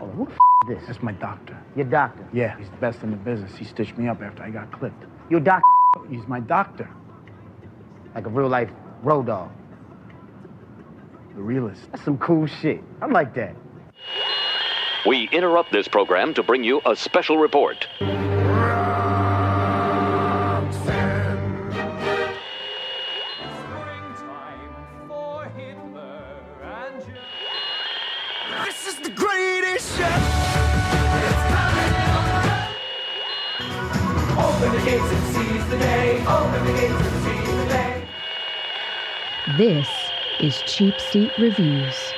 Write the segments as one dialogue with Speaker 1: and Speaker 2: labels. Speaker 1: Oh, who the f- this?
Speaker 2: That's my doctor.
Speaker 1: Your doctor.
Speaker 2: Yeah, he's the best in the business. He stitched me up after I got clipped.
Speaker 1: Your doc
Speaker 2: He's my doctor,
Speaker 1: like a real life road dog.
Speaker 2: the realist.
Speaker 1: That's some cool shit. I like that.
Speaker 3: We interrupt this program to bring you a special report.
Speaker 4: Springtime for Hitler and you.
Speaker 5: This is Cheap Seat Reviews.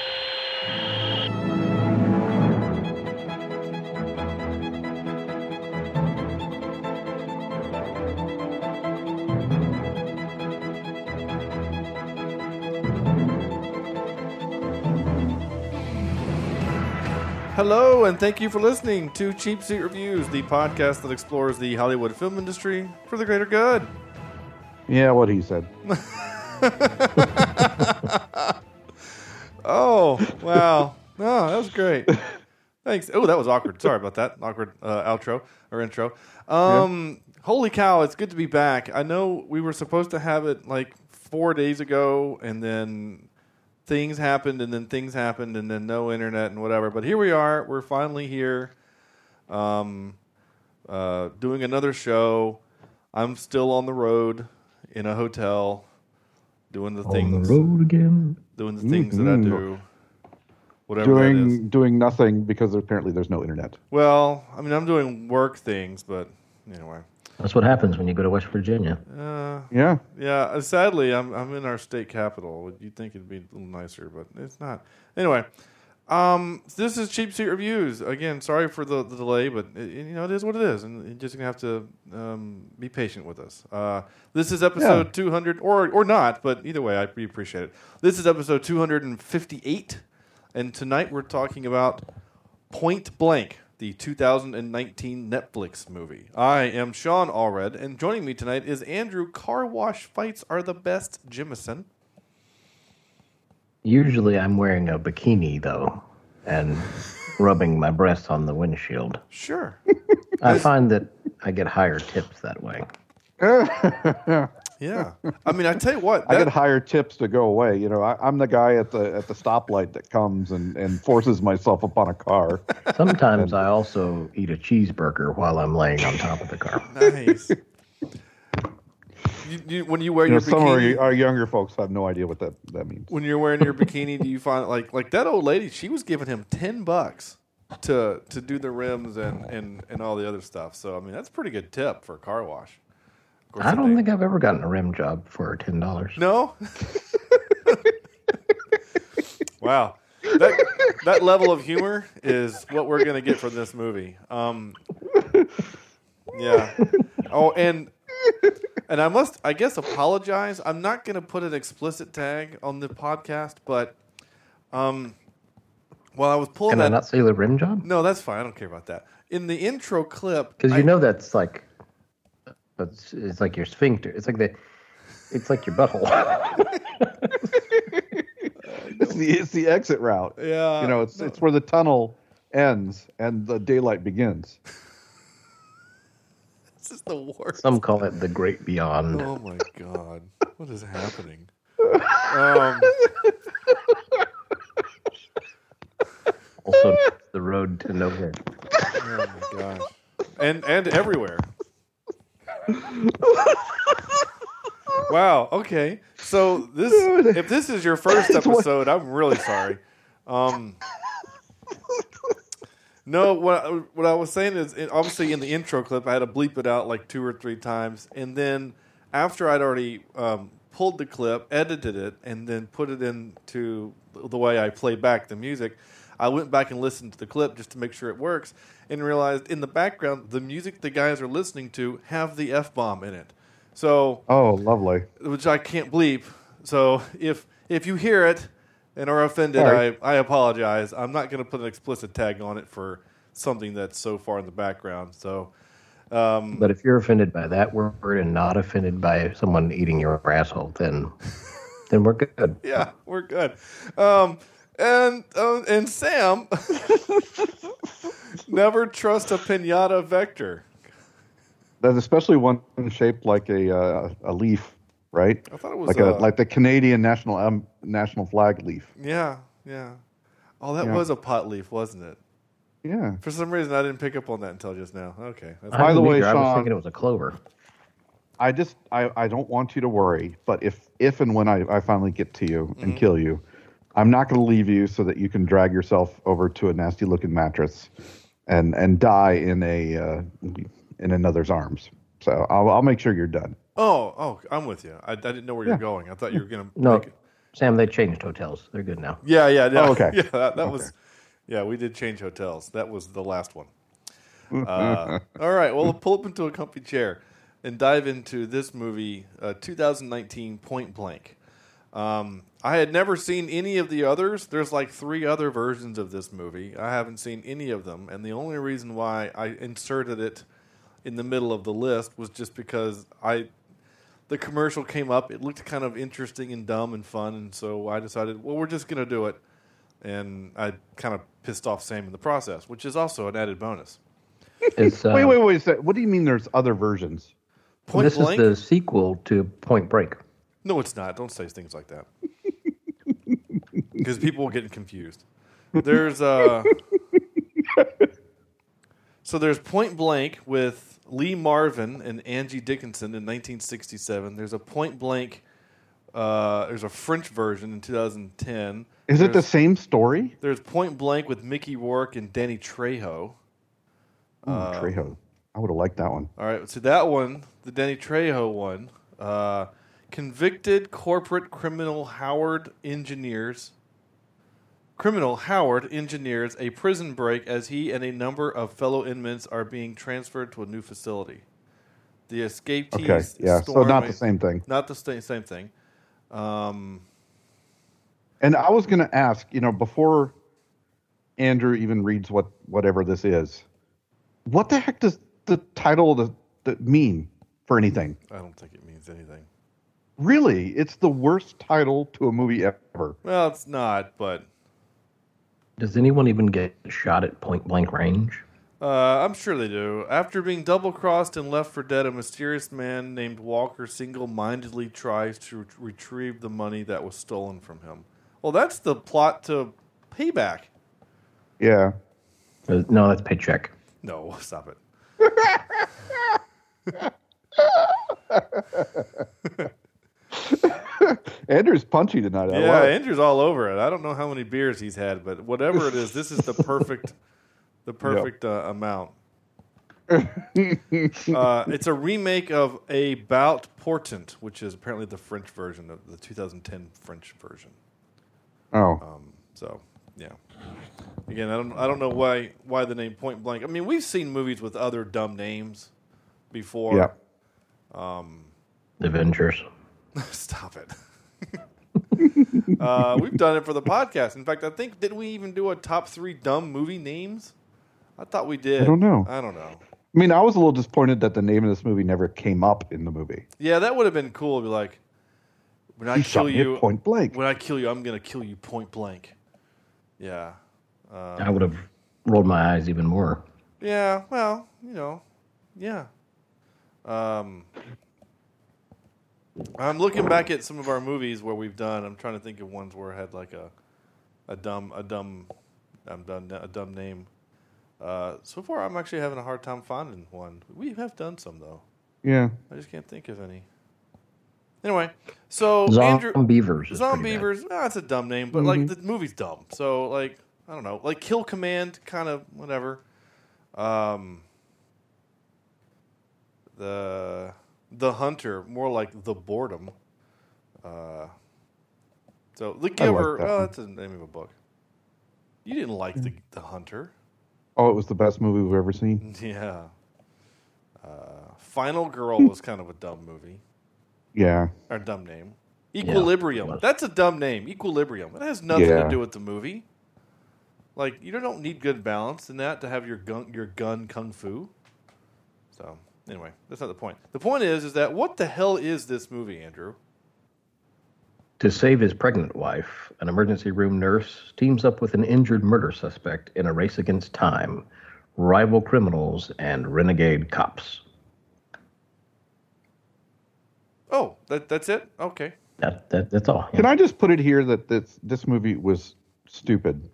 Speaker 6: Hello, and thank you for listening to Cheap Seat Reviews, the podcast that explores the Hollywood film industry for the greater good.
Speaker 7: Yeah, what he said.
Speaker 6: Oh, wow. Oh, that was great. Thanks. Oh, that was awkward. Sorry about that. Awkward uh, outro or intro. Um, Holy cow, it's good to be back. I know we were supposed to have it like four days ago, and then things happened, and then things happened, and then no internet and whatever. But here we are. We're finally here um, uh, doing another show. I'm still on the road in a hotel doing the things
Speaker 7: again.
Speaker 6: doing the things that I
Speaker 7: Mhm.
Speaker 6: do. Whatever that is.
Speaker 7: Doing doing nothing because apparently there's no internet.
Speaker 6: Well, I mean, I'm doing work things, but anyway.
Speaker 8: That's what happens when you go to West Virginia.
Speaker 6: Uh,
Speaker 7: Yeah,
Speaker 6: yeah, uh, sadly, I'm I'm in our state capital. You'd think it'd be a little nicer, but it's not. Anyway, um, this is cheap seat reviews. Again, sorry for the, the delay, but it, you know it is what it is, and you're just gonna have to um, be patient with us. Uh, this is episode 200, or or not, but either way, I we appreciate it. This is episode 258, and tonight we're talking about Point Blank, the 2019 Netflix movie. I am Sean Allred, and joining me tonight is Andrew Car Wash Fights Are the Best Jimison.
Speaker 8: Usually I'm wearing a bikini, though, and rubbing my breasts on the windshield.
Speaker 6: Sure.
Speaker 8: I find that I get higher tips that way.
Speaker 6: Yeah. I mean, I tell you what.
Speaker 7: I
Speaker 6: that-
Speaker 7: get higher tips to go away. You know, I, I'm the guy at the at the stoplight that comes and, and forces myself upon a car.
Speaker 8: Sometimes I also eat a cheeseburger while I'm laying on top of the car.
Speaker 6: nice. You, you, when you wear
Speaker 7: You know,
Speaker 6: your
Speaker 7: some of
Speaker 6: bikini,
Speaker 7: our, our younger folks have no idea what that that means.
Speaker 6: when you're wearing your bikini, do you find like like that old lady? She was giving him ten bucks to to do the rims and and and all the other stuff. So I mean, that's a pretty good tip for a car wash. Of course,
Speaker 8: I
Speaker 6: if
Speaker 8: don't
Speaker 6: they-
Speaker 8: think I've ever gotten a rim job for ten dollars.
Speaker 6: No. wow. That, that level of humor is what we're gonna get from this movie. Um, yeah. Oh, and and I must, I guess, apologize. I'm not gonna put an explicit tag on the podcast, but um, while I was pulling
Speaker 8: Can
Speaker 6: that,
Speaker 8: I not say the rim job?
Speaker 6: no, that's fine. I don't care about that. In the intro clip,
Speaker 8: Because
Speaker 6: I-
Speaker 8: you know that's like, that's it's like your sphincter. It's like the, it's like your butthole.
Speaker 7: It's the, it's the exit route.
Speaker 6: Yeah,
Speaker 7: you know, it's
Speaker 6: no.
Speaker 7: it's where the tunnel ends and the daylight begins.
Speaker 6: this is the worst.
Speaker 8: Some call it the great beyond.
Speaker 6: Oh my god, what is happening? Um,
Speaker 8: Also, the road to nowhere.
Speaker 6: oh my gosh, and and everywhere. Wow. Okay. So this, if this is your first episode, I'm really sorry. Um, no, what I- what I was saying is, it, obviously in the intro clip, I had to bleep it out like two or three times, and then after I'd already um, pulled the clip, edited it, and then put it into the way I play back the music, I went back and listened to the clip just to make sure it works, and realized in the background the music the guys are listening to have the f bomb in it. So
Speaker 7: Oh, lovely.
Speaker 6: which I can't bleep. So if if you hear it and are offended,
Speaker 7: Sorry.
Speaker 6: I, I apologize. I'm not going to put an explicit tag on it for something that's so far in the background. So um,
Speaker 8: But if you're offended by that word and not offended by someone eating your asshole, then then we're good.
Speaker 6: yeah, we're good. Um, and uh, and Sam Never trust a pinata vector.
Speaker 7: That's especially one shaped like a uh, a leaf, right?
Speaker 6: I thought it was
Speaker 7: like a
Speaker 6: uh,
Speaker 7: like the Canadian national um, national flag leaf.
Speaker 6: Yeah, yeah. Oh, that
Speaker 7: Yeah.
Speaker 6: was a pot leaf, wasn't it?
Speaker 7: Yeah.
Speaker 6: For some reason, I didn't pick up on that until just now. Okay. That's
Speaker 9: Uh-huh.
Speaker 7: By the way,
Speaker 8: I was
Speaker 7: Sean-
Speaker 8: thinking it was a clover.
Speaker 7: I just I, I don't want you to worry, but if if and when I, I finally get to you and kill you, I'm not going to leave you so that you can drag yourself over to a nasty looking mattress and and die in a uh, in another's arms. So I'll I'll make sure you're done.
Speaker 6: Oh, oh, I'm with you. I, I didn't know where you're going. I thought you were gonna.
Speaker 8: No,
Speaker 6: make it-
Speaker 8: Sam, they changed hotels. They're good now.
Speaker 6: Yeah, yeah, yeah.
Speaker 7: Oh, okay.
Speaker 6: Yeah, that, that was. Yeah, we did change hotels. That was the last one. Uh, all right. Well, pull up into a comfy chair and dive into this movie, uh, 2019 Point Blank. Um, I had never seen any of the others. There's like three other versions of this movie. I haven't seen any of them, and the only reason why I inserted it in the middle of the list was just because I the commercial came up. It looked kind of interesting and dumb and fun, and so I decided, well, we're just going to do it. And I kind of pissed off Sam in the process, which is also an added bonus.
Speaker 8: It's, uh,
Speaker 7: wait wait wait a sec. What do you mean? There's other versions?
Speaker 6: Point
Speaker 8: this
Speaker 6: blank?
Speaker 8: is the sequel to Point Break.
Speaker 6: No, it's not. Don't say things like that because people will get confused. There's uh, so there's Point Blank with Lee Marvin and Angie Dickinson in 1967. There's a Point Blank. Uh, there's a French version in 2010.
Speaker 7: Is it the
Speaker 6: There's-
Speaker 7: same story?
Speaker 6: There's Point Blank with Mickey Rourke and Danny Trejo.
Speaker 7: Ooh, Trejo. I would have liked that one.
Speaker 6: All right, so that one, the Danny Trejo one, uh, convicted corporate criminal Howard engineers. Criminal Howard engineers a prison break as he and a number of fellow inmates are being transferred to a new facility. The escapees.
Speaker 7: Okay, yeah. So
Speaker 6: storm
Speaker 7: not
Speaker 6: a-
Speaker 7: the same thing.
Speaker 6: Not the same same thing. Um,
Speaker 7: And I was going to ask, you know, before Andrew even reads what whatever this is, what the heck does the title of the, the mean for anything?
Speaker 6: I don't think it means anything.
Speaker 7: Really, it's the worst title to a movie ever.
Speaker 6: Well, it's not, but
Speaker 8: Does anyone even get shot at point blank range?
Speaker 6: Uh, I'm sure they do. After being double crossed and left for dead, a mysterious man named Walker single mindedly tries to ret- retrieve the money that was stolen from him. Well, that's the plot to payback.
Speaker 7: Yeah.
Speaker 8: Uh, No, that's paycheck.
Speaker 6: No, stop it.
Speaker 7: Andrew's punchy tonight. I
Speaker 6: yeah,
Speaker 7: love it.
Speaker 6: Andrew's all over it. I don't know how many beers he's had, but whatever it is, this is the perfect, the perfect uh, amount. uh, it's a remake of A Bout Portent, which is apparently the French version of the 2010 French version.
Speaker 7: Oh,
Speaker 6: So yeah. Again, I don't I don't know why why the name Point Blank. I mean, we've seen movies with other dumb names before.
Speaker 7: yeah.
Speaker 8: Avengers.
Speaker 6: Stop it. uh, we've done it for the podcast. In fact, I think did we even do a top three dumb movie names? I thought we did.
Speaker 7: I don't know.
Speaker 6: I don't know.
Speaker 7: I mean, I was a little disappointed that the name of this movie never came up in the movie.
Speaker 6: Yeah, that would have been cool. to Be like, when I
Speaker 7: He shot
Speaker 6: kill
Speaker 7: me
Speaker 6: you,
Speaker 7: at point blank.
Speaker 6: when I kill you, I'm gonna kill you point blank. Yeah,
Speaker 7: Uh.
Speaker 8: I would have rolled my eyes even more.
Speaker 6: Yeah, well, you know, yeah. Um, I'm looking back at some of our movies where we've done. I'm trying to think of ones where I had like a, a dumb, a dumb, I'm done, a dumb name. Uh, so far, I'm actually having a hard time finding one. We have done some though.
Speaker 7: Yeah.
Speaker 6: I just can't think of any. Anyway, so Andrew,
Speaker 8: Zombievers. is pretty bad.
Speaker 6: Zombievers, ah, it's a dumb name, but like
Speaker 7: Mm-hmm.
Speaker 6: the movie's dumb. So like I don't know, like Kill Command, kind of whatever. Um, the the Hunter, more like the Boredom. Uh, so The Giver,
Speaker 7: that
Speaker 6: oh,
Speaker 7: one.
Speaker 6: that's the name of a book. You didn't like the the Hunter,
Speaker 7: Oh, it was the best movie we've ever seen.
Speaker 6: yeah. Uh, Final Girl was kind of a dumb movie
Speaker 7: Yeah.
Speaker 6: or dumb name. Equilibrium. That's a dumb name. Equilibrium. It has nothing to
Speaker 7: Yeah.
Speaker 6: do with the movie. Like you don't need good balance in that to have your gun your gun kung fu. So anyway, that's not the point. The point is is that what the hell is this movie, Andrew?
Speaker 8: To save his pregnant wife, an emergency room nurse teams up with an injured murder suspect in a race against time, rival criminals, and renegade cops.
Speaker 6: Oh, that that's it. Okay.
Speaker 8: That, that that's all.
Speaker 7: Can I just put it here that this this movie was stupid,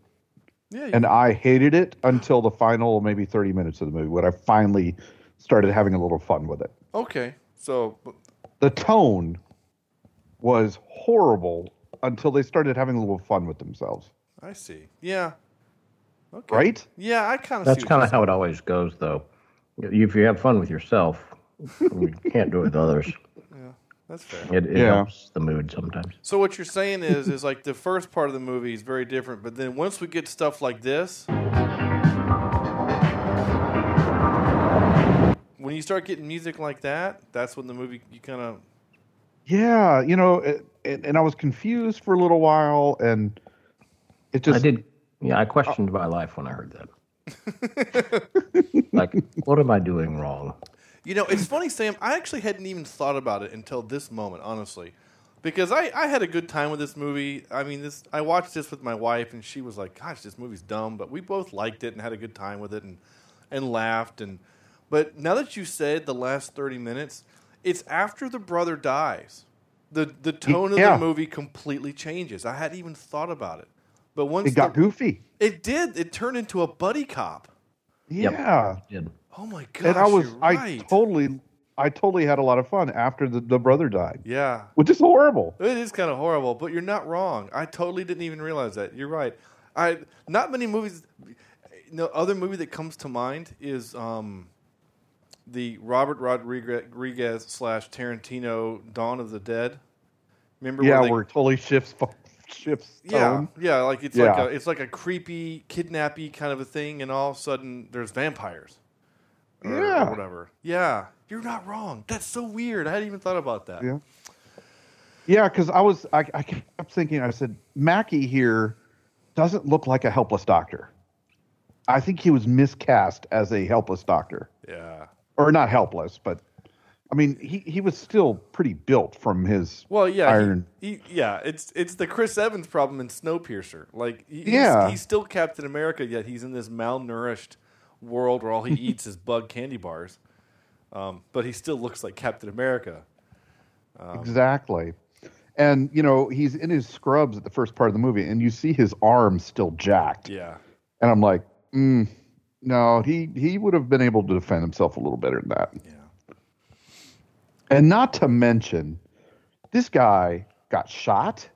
Speaker 6: Yeah. You,
Speaker 7: and I hated it until the final maybe thirty minutes of the movie when I finally started having a little fun with it.
Speaker 6: okay. So
Speaker 7: The tone was horrible until they started having a little fun with themselves.
Speaker 6: I see. Yeah. Okay.
Speaker 7: Right?
Speaker 6: Yeah, I kind of.
Speaker 8: That's kind of how it always goes, though. If you have fun with yourself, you can't do it with others.
Speaker 6: That's fair.
Speaker 8: It, it
Speaker 7: Yeah.
Speaker 8: helps the mood sometimes.
Speaker 6: So what you're saying is, is like the first part of the movie is very different, but then once we get stuff like this, when you start getting music like that, that's when the movie you kind of
Speaker 7: Yeah, you know, it, and, and I was confused for a little while, and it just
Speaker 8: I did. Yeah, I questioned my life when I heard that. like, what am I doing wrong?
Speaker 6: You know, it's funny, Sam. I actually hadn't even thought about it until this moment, honestly, because I, I had a good time with this movie. I mean, this I watched this with my wife, and she was like, "Gosh, this movie's dumb," but we both liked it and had a good time with it, and and laughed. And but now that you said the last thirty minutes, it's after the brother dies, the the tone of
Speaker 7: Yeah.
Speaker 6: the movie completely changes. I hadn't even thought about it, but once
Speaker 7: it got
Speaker 6: the-
Speaker 7: goofy.
Speaker 6: it did. It turned into a buddy cop.
Speaker 7: Yeah.
Speaker 8: Did
Speaker 6: Oh my gosh!
Speaker 7: and I was
Speaker 6: you're right.
Speaker 7: I totally I totally had a lot of fun after the, the brother died.
Speaker 6: yeah.
Speaker 7: Which is horrible.
Speaker 6: It is kind of horrible, but you're not wrong. I totally didn't even realize that. You're right. I not many movies. No other movie that comes to mind is um, the Robert Rodriguez slash Tarantino Dawn of the Dead. Remember?
Speaker 7: yeah,
Speaker 6: where they-
Speaker 7: where it totally shifts fu- shifts
Speaker 6: yeah,
Speaker 7: tone.
Speaker 6: yeah. Like it's
Speaker 7: Yeah.
Speaker 6: like a, it's like a creepy, kidnappy kind of a thing, and all of a sudden there's vampires. Or, or
Speaker 7: Yeah.
Speaker 6: whatever. Yeah, you're not wrong. That's so weird. I hadn't even thought about that.
Speaker 7: Yeah. Yeah, because I was I, I kept thinking I said Mackie here doesn't look like a helpless doctor. I think he was miscast as a helpless doctor,
Speaker 6: yeah.
Speaker 7: or not helpless, but I mean he, he was still pretty built from his
Speaker 6: Well, yeah, he-
Speaker 7: iron.
Speaker 6: He, yeah, it's it's the Chris Evans problem in Snowpiercer. Like, he,
Speaker 7: Yeah.
Speaker 6: he's, he's still Captain America, yet he's in this malnourished world where all he eats is bug candy bars. Um, but he still looks like Captain America. um,
Speaker 7: Exactly. And you know, he's in his scrubs at the first part of the movie, and you see his arm still jacked.
Speaker 6: Yeah,
Speaker 7: And I'm like, mm, no, he he would have been able to defend himself a little better than that.
Speaker 6: yeah,
Speaker 7: And not to mention, this guy got shot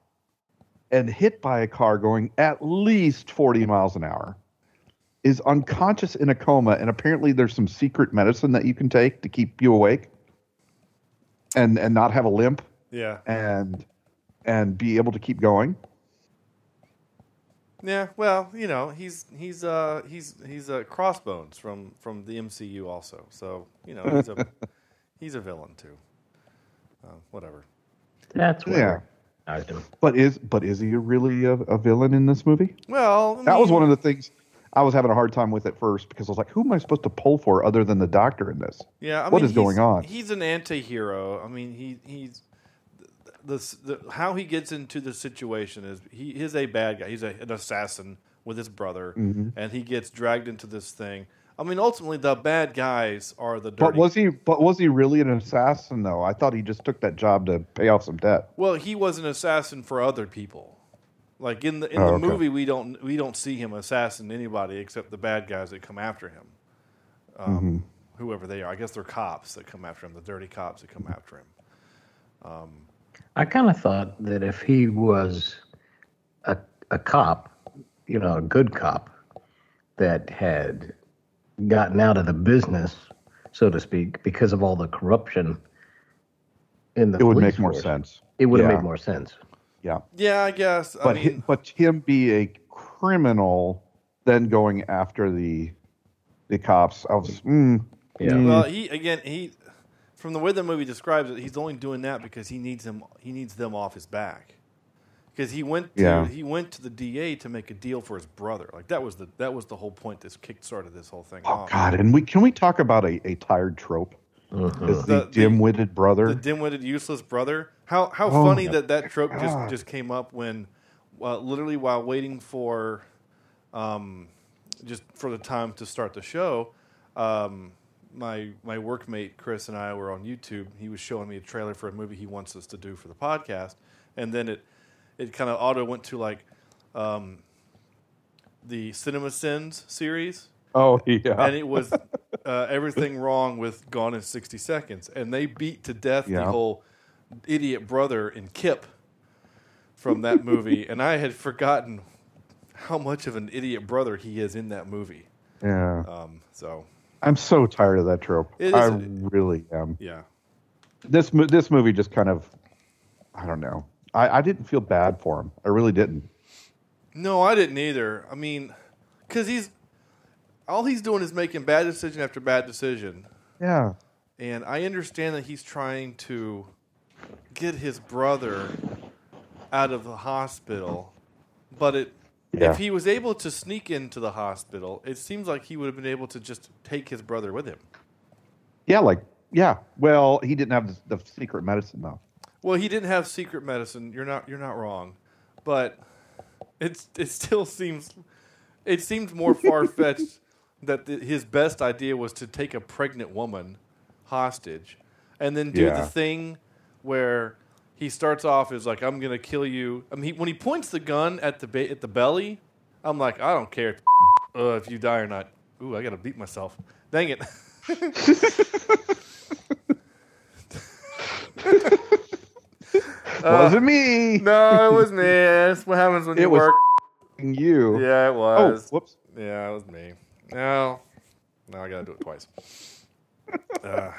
Speaker 7: and hit by a car going at least 40 miles an hour. Is unconscious in a coma, and apparently there's some secret medicine that you can take to keep you awake and and not have a limp
Speaker 6: yeah,
Speaker 7: and and be able to keep going.
Speaker 6: yeah. Well, you know, he's he's uh he's he's uh, Crossbones from from the MCU also. So you know, he's a he's a villain too. Uh, whatever.
Speaker 8: that's what
Speaker 7: Yeah.
Speaker 8: I do.
Speaker 7: But is but is he really a, a villain in this movie?
Speaker 6: Well, I
Speaker 7: That was
Speaker 6: mean-
Speaker 7: one of the things I was having a hard time with at first because I was like, who am I supposed to pull for other than the doctor in this?
Speaker 6: Yeah, I
Speaker 7: What
Speaker 6: mean,
Speaker 7: is going
Speaker 6: he's-
Speaker 7: on?
Speaker 6: He's an anti-hero. I mean, he he's the, the, the how he gets into the situation is he is a bad guy. He's a, an assassin with his brother,
Speaker 7: Mm-hmm.
Speaker 6: and he gets dragged into this thing. I mean, ultimately, the bad guys are the dirty.
Speaker 7: But was he but was he really an assassin though? I thought he just took that job to pay off some debt.
Speaker 6: well, he was an assassin for other people. Like in the in
Speaker 7: Oh,
Speaker 6: the
Speaker 7: okay.
Speaker 6: movie, we don't we don't see him assassin anybody except the bad guys that come after him, um,
Speaker 7: Mm-hmm.
Speaker 6: whoever they are. I guess they're cops that come after him, the dirty cops that come after him.
Speaker 8: I kind of thought that if he was a, a cop, you know, a good cop that had gotten out of the business, so to speak, because of all the corruption in the
Speaker 7: It would
Speaker 8: police
Speaker 7: make more
Speaker 8: force,
Speaker 7: sense.
Speaker 8: It would have
Speaker 7: Yeah.
Speaker 8: made more sense.
Speaker 7: Yeah.
Speaker 6: Yeah, I guess. I
Speaker 7: But
Speaker 6: mean,
Speaker 7: hi- but him be a criminal then going after the the cops. I was mm,
Speaker 8: Yeah.
Speaker 6: Well, he again he from the way the movie describes it, he's only doing that because he needs him he needs them off his back. Because he went to,
Speaker 7: Yeah.
Speaker 6: he went to the DA to make a deal for his brother. Like that was the that was the whole point that's kick started this whole thing
Speaker 7: Oh
Speaker 6: off.
Speaker 7: God! And we can we talk about a, a tired trope? Is the,
Speaker 6: The- the-
Speaker 7: dim-witted brother?
Speaker 6: The dim-witted useless brother. How how
Speaker 7: Oh,
Speaker 6: funny
Speaker 7: my
Speaker 6: that that trope just just came up when uh, literally while waiting for um just for the time to start the show, um, my my workmate Chris and I were on YouTube. He was showing me a trailer for a movie he wants us to do for the podcast, and then it it kind of auto went to like um, the Cinema Sins series,
Speaker 7: Oh yeah.
Speaker 6: and it was uh, everything wrong with Gone in sixty seconds, and they beat to death
Speaker 7: Yeah.
Speaker 6: the whole idiot brother in Kip from that movie, and I had forgotten how much of an idiot brother he is in that movie.
Speaker 7: yeah.
Speaker 6: Um, so
Speaker 7: I'm so tired of that trope.
Speaker 6: It is-
Speaker 7: I really am.
Speaker 6: yeah,
Speaker 7: This mo- this movie just kind of, I don't know. I, I didn't feel bad for him. I really didn't.
Speaker 6: no, I didn't either. I mean, because he's all he's doing is making bad decision after bad decision,
Speaker 7: Yeah.
Speaker 6: and I understand that he's trying to get his brother out of the hospital, but it
Speaker 7: Yeah.
Speaker 6: if he was able to sneak into the hospital, it seems like he would have been able to just take his brother with him.
Speaker 7: Yeah. Like yeah. Well, he didn't have the, the secret medicine though.
Speaker 6: Well, he didn't have secret medicine. You're not you're not wrong, but it's it still seems it seems more far fetched that the, his best idea was to take a pregnant woman hostage and then do
Speaker 7: Yeah.
Speaker 6: the thing where he starts off as like I'm gonna kill you. I mean, he, when he points the gun at the ba- at the belly, I'm like I don't care if, uh, if you die or not. Ooh, I gotta beat myself. Dang it.
Speaker 7: Wasn't me.
Speaker 6: Uh, No, it was me. That's what happens when
Speaker 7: It
Speaker 6: you
Speaker 7: was
Speaker 6: work.
Speaker 7: You.
Speaker 6: Yeah, it
Speaker 7: Oh,
Speaker 6: was.
Speaker 7: whoops.
Speaker 6: Yeah, it was me. Now, now I gotta do it twice. Uh.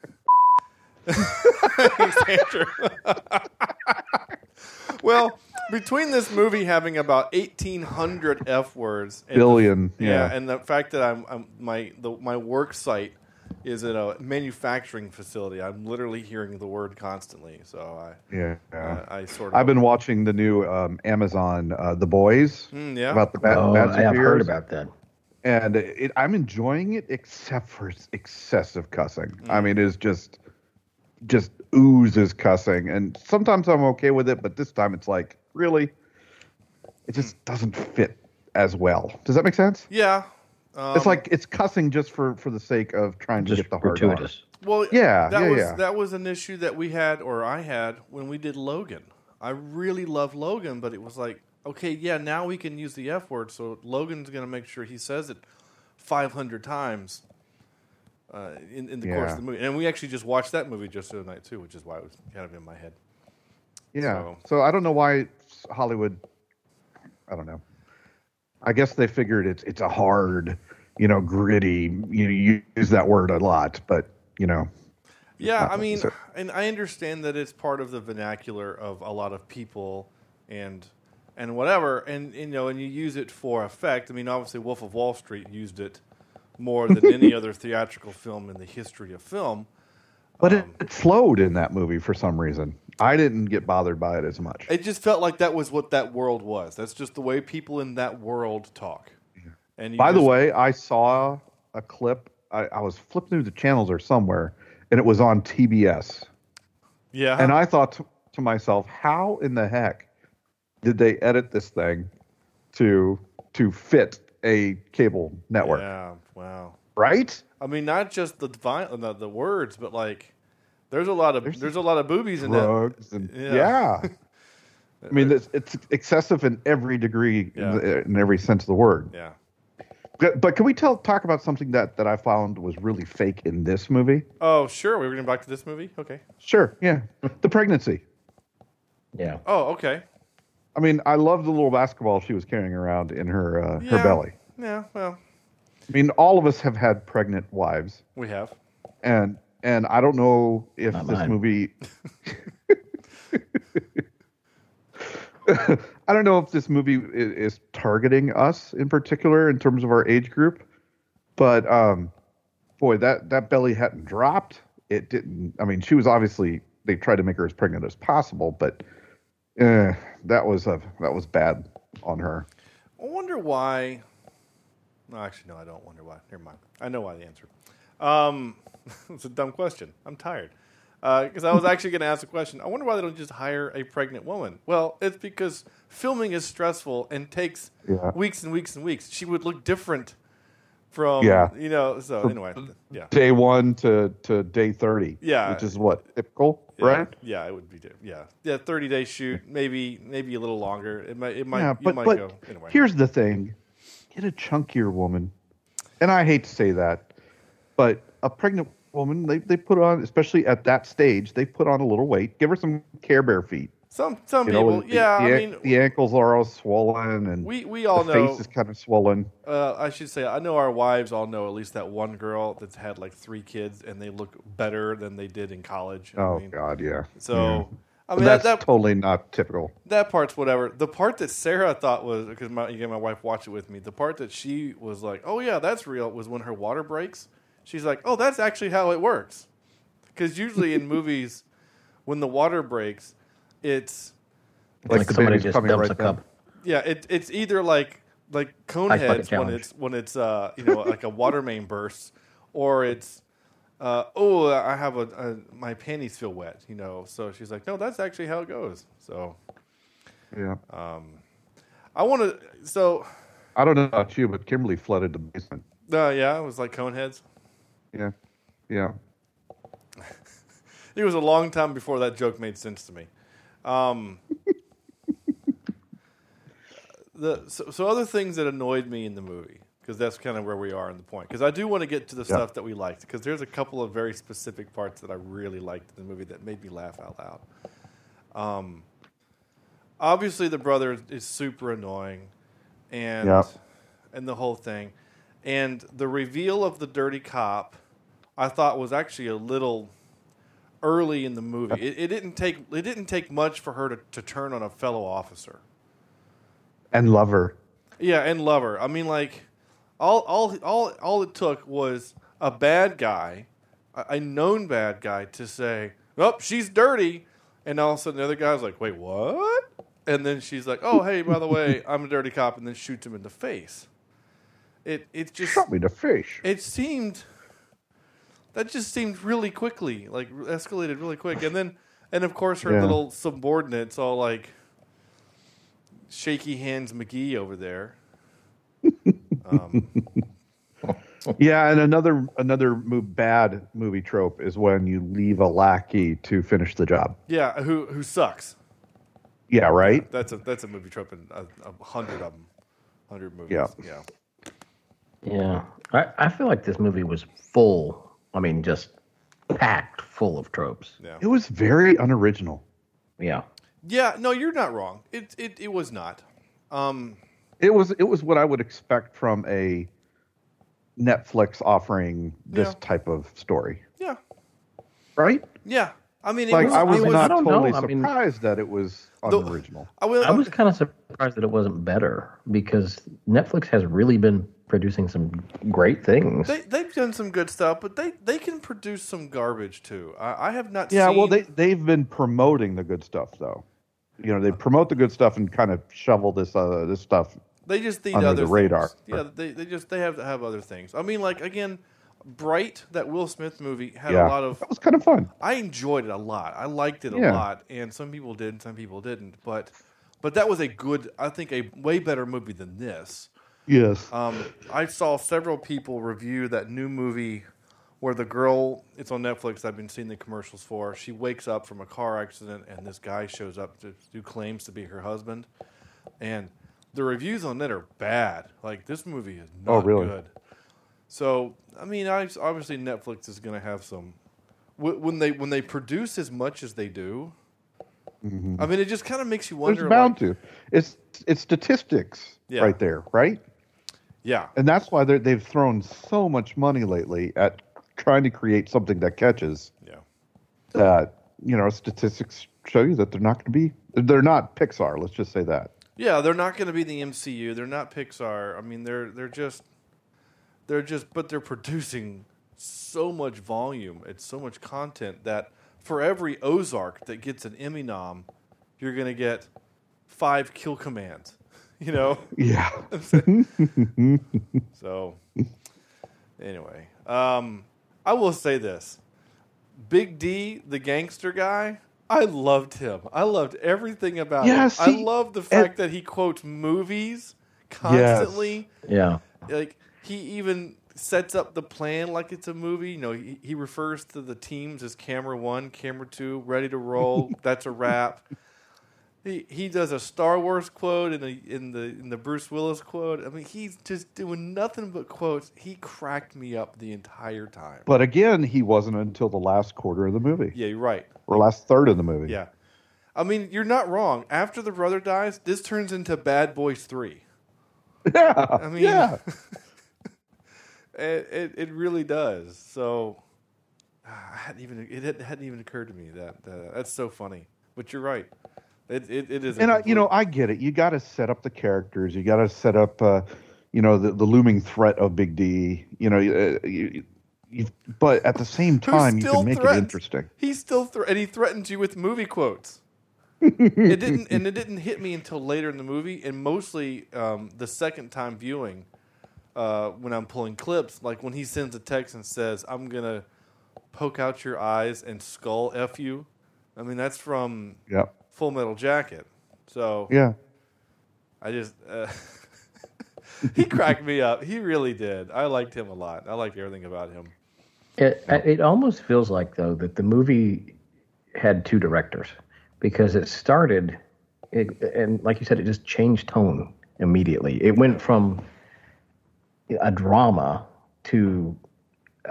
Speaker 6: Thanks, Andrew. well, between this movie having about eighteen hundred f words, and the-
Speaker 7: Billion, yeah.
Speaker 6: and the fact that I'm, I'm my the, my work site is at a manufacturing facility, I'm literally hearing the word constantly. So I,
Speaker 7: Yeah.
Speaker 6: I, I sort of
Speaker 7: I've been watching the new um, Amazon uh, The Boys
Speaker 6: Mm, yeah.
Speaker 7: about the Bat,
Speaker 8: oh,
Speaker 7: Bat
Speaker 8: I've heard
Speaker 7: superheroes,
Speaker 8: about that.
Speaker 7: and it, I'm enjoying it except for its excessive cussing.
Speaker 6: Mm.
Speaker 7: I mean, it's just just oozes cussing, and sometimes I'm okay with it, but this time it's like really, it
Speaker 6: Mm.
Speaker 7: just doesn't fit as well. Does that make sense?
Speaker 6: yeah. Um,
Speaker 7: it's like it's cussing just for for the sake of trying to
Speaker 8: Just
Speaker 7: get the hard
Speaker 8: gratuitous.
Speaker 6: Well,
Speaker 7: Yeah,
Speaker 6: that
Speaker 7: yeah,
Speaker 6: was
Speaker 7: yeah.
Speaker 6: that was an issue that we had or I had when we did Logan. I really love Logan, but it was like, okay, yeah, now we can use the F word, so Logan's going to make sure he says it 500 times uh, in, in the course
Speaker 7: Yeah.
Speaker 6: of the movie. And we actually just watched that movie just the other night too, which is why it was kind of in my head.
Speaker 7: Yeah.
Speaker 6: So-
Speaker 7: So, I don't know why Hollywood. I don't know. I guess they figured it's it's a hard, you know, gritty. You, you use that word a lot, but you know,
Speaker 6: Yeah,
Speaker 7: not
Speaker 6: I mean,
Speaker 7: necessary.
Speaker 6: and I understand that it's part of the vernacular of a lot of people and and whatever, and you know, and you use it for effect. I mean, obviously, Wolf of Wall Street used it more than any other theatrical film in the history of film.
Speaker 7: but
Speaker 6: Um,
Speaker 7: it, it flowed in that movie for some reason. I didn't get bothered by it as much.
Speaker 6: It just felt like that was what that world was. That's just the way people in that world talk. And you
Speaker 7: By the
Speaker 6: just-
Speaker 7: way, I saw a clip. I, I was flipping through the channels or somewhere, and it was on TBS.
Speaker 6: Uh-huh. yeah,
Speaker 7: And I thought to, to myself, how in the heck did they edit this thing to to fit a cable network?
Speaker 6: yeah, wow.
Speaker 7: Right?
Speaker 6: I mean, not just the vi- the, the words, but like, there's a lot of there's,
Speaker 7: There's
Speaker 6: a lot of boobies in that.
Speaker 7: Drugs and
Speaker 6: yeah.
Speaker 7: yeah. I mean, it's, it's excessive in every degree,
Speaker 6: Yeah.
Speaker 7: in every sense of the word.
Speaker 6: Yeah.
Speaker 7: But, but can we tell talk about something that that I found was really fake in this movie?
Speaker 6: Oh, sure. We were going back to this movie. Okay.
Speaker 7: Sure, yeah, the pregnancy.
Speaker 8: Yeah.
Speaker 6: Oh, okay.
Speaker 7: I mean, I love the little basketball she was carrying around in her uh,
Speaker 6: Yeah.
Speaker 7: her belly.
Speaker 6: Yeah. Well,
Speaker 7: I mean, all of us have had pregnant wives.
Speaker 6: we have.
Speaker 7: and and I don't know if
Speaker 8: Not
Speaker 7: this
Speaker 8: mine.
Speaker 7: movie. I don't know if this movie i- is, is targeting us in particular in terms of our age group, but um, boy, that that belly hadn't dropped. It didn't. I mean, she was obviously they tried to make her as pregnant as possible, but eh, that was a that was bad on her.
Speaker 6: I wonder why. No, actually, no. I don't wonder why. Never mind. I know why the answer. Um, it's a dumb question. I'm tired. because I was actually going to ask a question. I wonder why they don't just hire a pregnant woman. Well, it's because filming is stressful and takes
Speaker 7: Yeah.
Speaker 6: weeks and weeks and weeks. She would look different from,
Speaker 7: Yeah.
Speaker 6: you know. So anyway, yeah,
Speaker 7: Day one to, to day 30.
Speaker 6: Yeah.
Speaker 7: Which is what? Typical, right?
Speaker 6: Yeah, it would be different. Yeah, yeah, thirty day shoot, maybe maybe a little longer. It might it might
Speaker 7: yeah,
Speaker 6: it
Speaker 7: but,
Speaker 6: might
Speaker 7: but
Speaker 6: go anyway.
Speaker 7: here's the thing get a chunkier woman. And I hate to say that, but a pregnant woman, they, they put on, especially at that stage, they put on a little weight. Give her some Care Bear feet.
Speaker 6: some some
Speaker 7: You
Speaker 6: people,
Speaker 7: know, the-
Speaker 6: yeah.
Speaker 7: the,
Speaker 6: I
Speaker 7: an-
Speaker 6: mean,
Speaker 7: the ankles are all swollen, and
Speaker 6: we we all
Speaker 7: the
Speaker 6: know
Speaker 7: face is kind of swollen.
Speaker 6: uh, I should say, I know our wives all know at least that one girl that's had like three kids and they look better than they did in college. I
Speaker 7: Oh
Speaker 6: mean,
Speaker 7: God, yeah.
Speaker 6: So, I
Speaker 7: I
Speaker 6: mean,
Speaker 7: that's
Speaker 6: that, that,
Speaker 7: totally not typical.
Speaker 6: that part's whatever. The part that Sarah thought was, because my, again, my wife watched it with me, the part that she was like, oh yeah, that's real was when her water breaks. She's like, oh, that's actually how it works. Because usually in movies, when the water breaks, it's
Speaker 7: Like,
Speaker 8: Like,
Speaker 7: the
Speaker 8: somebody
Speaker 7: baby's
Speaker 8: just
Speaker 7: coming
Speaker 8: dumps
Speaker 7: right
Speaker 8: a cup.
Speaker 7: down.
Speaker 6: Yeah, it, it's either like like cone
Speaker 8: Ice bucket
Speaker 6: heads when
Speaker 8: challenge.
Speaker 6: it's when it's uh you know like a water main burst, or it's uh oh I have a, a my panties feel wet you know so she's like no that's actually how it goes so
Speaker 7: Yeah,
Speaker 6: Uh, I want to so
Speaker 7: I don't know about you, but Kimberly flooded the basement.
Speaker 6: uh, yeah it was like cone heads
Speaker 7: Yeah, yeah.
Speaker 6: it was a long time before that joke made sense to me. Um, the so, so other things that annoyed me in the movie because that's kind of where we are in the point because I do want to get to the stuff that we liked because there's a couple of very specific parts that I really liked in the movie that made me laugh out loud. Um, obviously the brother is super annoying, and
Speaker 7: Yep.
Speaker 6: and the whole thing, and the reveal of the dirty cop, I thought was actually a little early in the movie. It, it didn't take it didn't take much for her to, to turn on a fellow officer.
Speaker 7: And lover.
Speaker 6: Yeah, and love her. I mean, like all all all all it took was a bad guy, a, a known bad guy, to say, "Oh, she's dirty," and all of a sudden the other guy's like, "Wait, what?" And then she's like, "Oh, hey, by the way, I'm a dirty cop," and then shoots him in the face. It it just
Speaker 7: Shot me the fish.
Speaker 6: it seemed that just seemed really quickly like escalated really quick and then and of course her
Speaker 7: Yeah.
Speaker 6: little subordinates all like shaky hands mcgee over there
Speaker 7: yeah, and another another mo- bad movie trope is when you leave a lackey to finish the job.
Speaker 6: yeah who who sucks
Speaker 7: Yeah, right.
Speaker 6: that's a that's a movie trope in a, a hundred of them hundred movies
Speaker 7: Yeah.
Speaker 6: yeah
Speaker 8: Yeah. I, I feel like this movie was full, I mean, just packed full of tropes.
Speaker 7: It was very unoriginal.
Speaker 8: Yeah.
Speaker 6: yeah no you're not wrong it it, it was not um
Speaker 7: It was it was what I would expect from a Netflix offering this
Speaker 6: Yeah.
Speaker 7: type of story,
Speaker 6: yeah
Speaker 7: right?
Speaker 6: yeah i mean it
Speaker 7: Like
Speaker 6: was,
Speaker 7: I was
Speaker 6: it was
Speaker 7: not
Speaker 8: don't know.
Speaker 7: totally
Speaker 8: I mean-
Speaker 7: surprised that it was
Speaker 6: The-
Speaker 7: unoriginal.
Speaker 6: I will-
Speaker 8: I was kind of surprised that it wasn't better because Netflix has really been producing some great things.
Speaker 6: They, they've done some good stuff, but they, they can produce some garbage too. I, I have not
Speaker 7: yeah,
Speaker 6: seen.
Speaker 7: well they they've been promoting the good stuff though. You know, they promote the good stuff and kind of shovel this uh, this stuff.
Speaker 6: they just need
Speaker 7: under
Speaker 6: other
Speaker 7: the radar.
Speaker 6: things. Yeah, they, they just they have to have other things. I mean, like again, Bright that Will Smith movie had
Speaker 7: Yeah,
Speaker 6: a lot of.
Speaker 7: that was kind of fun.
Speaker 6: I enjoyed it a lot. I liked it a
Speaker 7: Yeah.
Speaker 6: lot, and some people did, and some people didn't. But but that was a good, I think, a way better movie than this.
Speaker 7: Yes,
Speaker 6: Um, I saw several people review that new movie where the girl, it's on Netflix, I've been seeing the commercials for. She wakes up from a car accident and this guy shows up to, who claims to be her husband. And the reviews on it are bad. Like, this movie is not
Speaker 7: Oh, really?
Speaker 6: good. So, I mean, I, obviously Netflix is going to have some. wh- When they when they produce as much as they do, I mean, it just kind of makes you wonder.
Speaker 7: Mm-hmm. there's bound
Speaker 6: like-
Speaker 7: to. It's it's statistics
Speaker 6: Yeah.
Speaker 7: right there, right?
Speaker 6: Yeah,
Speaker 7: And that's why they're- they've thrown so much money lately at trying to create something that catches.
Speaker 6: yeah,
Speaker 7: That you know, statistics show you that they're not going to be. They're not Pixar. Let's just say that.
Speaker 6: Yeah, they're not going to be the MCU. They're not Pixar. I mean, they're they're just they're just but they're producing so much volume. It's so much content that for every Ozark that gets an Emmy nom, you're going to get five kill commands. You know.
Speaker 7: Yeah.
Speaker 6: So anyway, um, I will say this: Big D, the gangster guy, I loved him. I loved everything about
Speaker 7: Yeah,
Speaker 6: him. I
Speaker 7: see,
Speaker 6: love the
Speaker 7: and-
Speaker 6: fact that he quotes movies constantly.
Speaker 8: Yeah.
Speaker 6: Like he even sets up the plan like it's a movie. You know, he, he refers to the teams as camera one, camera two, ready to roll. that's a wrap. He, he does a Star Wars quote and the in the in the Bruce Willis quote. I mean, he's just doing nothing but quotes. He cracked me up the entire time.
Speaker 7: But again, he wasn't until the last quarter of the movie
Speaker 6: Yeah, you're right.
Speaker 7: or last third of the movie.
Speaker 6: Yeah. I mean, you're not wrong. After the brother dies, this turns into Bad Boys 3.
Speaker 7: Yeah.
Speaker 6: I mean,
Speaker 7: yeah.
Speaker 6: it, it, it really does. So, ah, I hadn't even, it hadn't- hadn't even occurred to me that uh, that's so funny. But you're right. It, it, it is. a
Speaker 7: and I, you
Speaker 6: complete-
Speaker 7: know, I get it. You got to set up the characters. You got to set up, uh, you know, the, the looming threat of Big D. You know, you, you, you, but at the same
Speaker 6: Who
Speaker 7: time, you
Speaker 6: still
Speaker 7: can make
Speaker 6: threatens-
Speaker 7: it interesting.
Speaker 6: He still thre- and he threatens you with movie quotes. it didn't, and it didn't hit me until later in the movie, and mostly um, the second time viewing, uh, when I'm pulling clips, like when he sends a text and says, "I'm gonna poke out your eyes and skull f you." I mean, that's from
Speaker 7: Yeah,
Speaker 6: Full Metal Jacket. So
Speaker 7: yeah.
Speaker 6: I just uh, he cracked me up. He really did. I liked him a lot. I liked everything about him.
Speaker 8: It, it almost feels like, though, that the movie had two directors because it started, it, and like you said, it just changed tone immediately. It went from a drama to,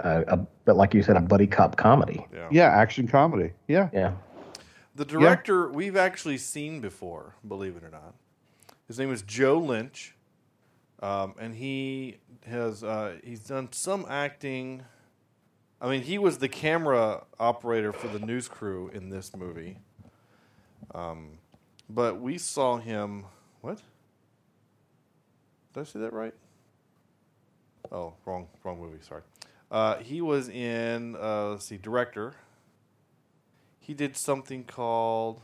Speaker 8: uh, a, but like you said, a buddy cop comedy.
Speaker 7: Yeah, action comedy. Yeah.
Speaker 8: Yeah.
Speaker 6: The director we've actually seen before, believe it or not. His name is Joe Lynch, um, and he has uh, he's done some acting. I mean, he was the camera operator for the news crew in this movie. Um, but we saw him. What? Did I see that right? Oh, wrong, wrong movie. Sorry. Uh, he was in. Uh, let's see, director. He did something called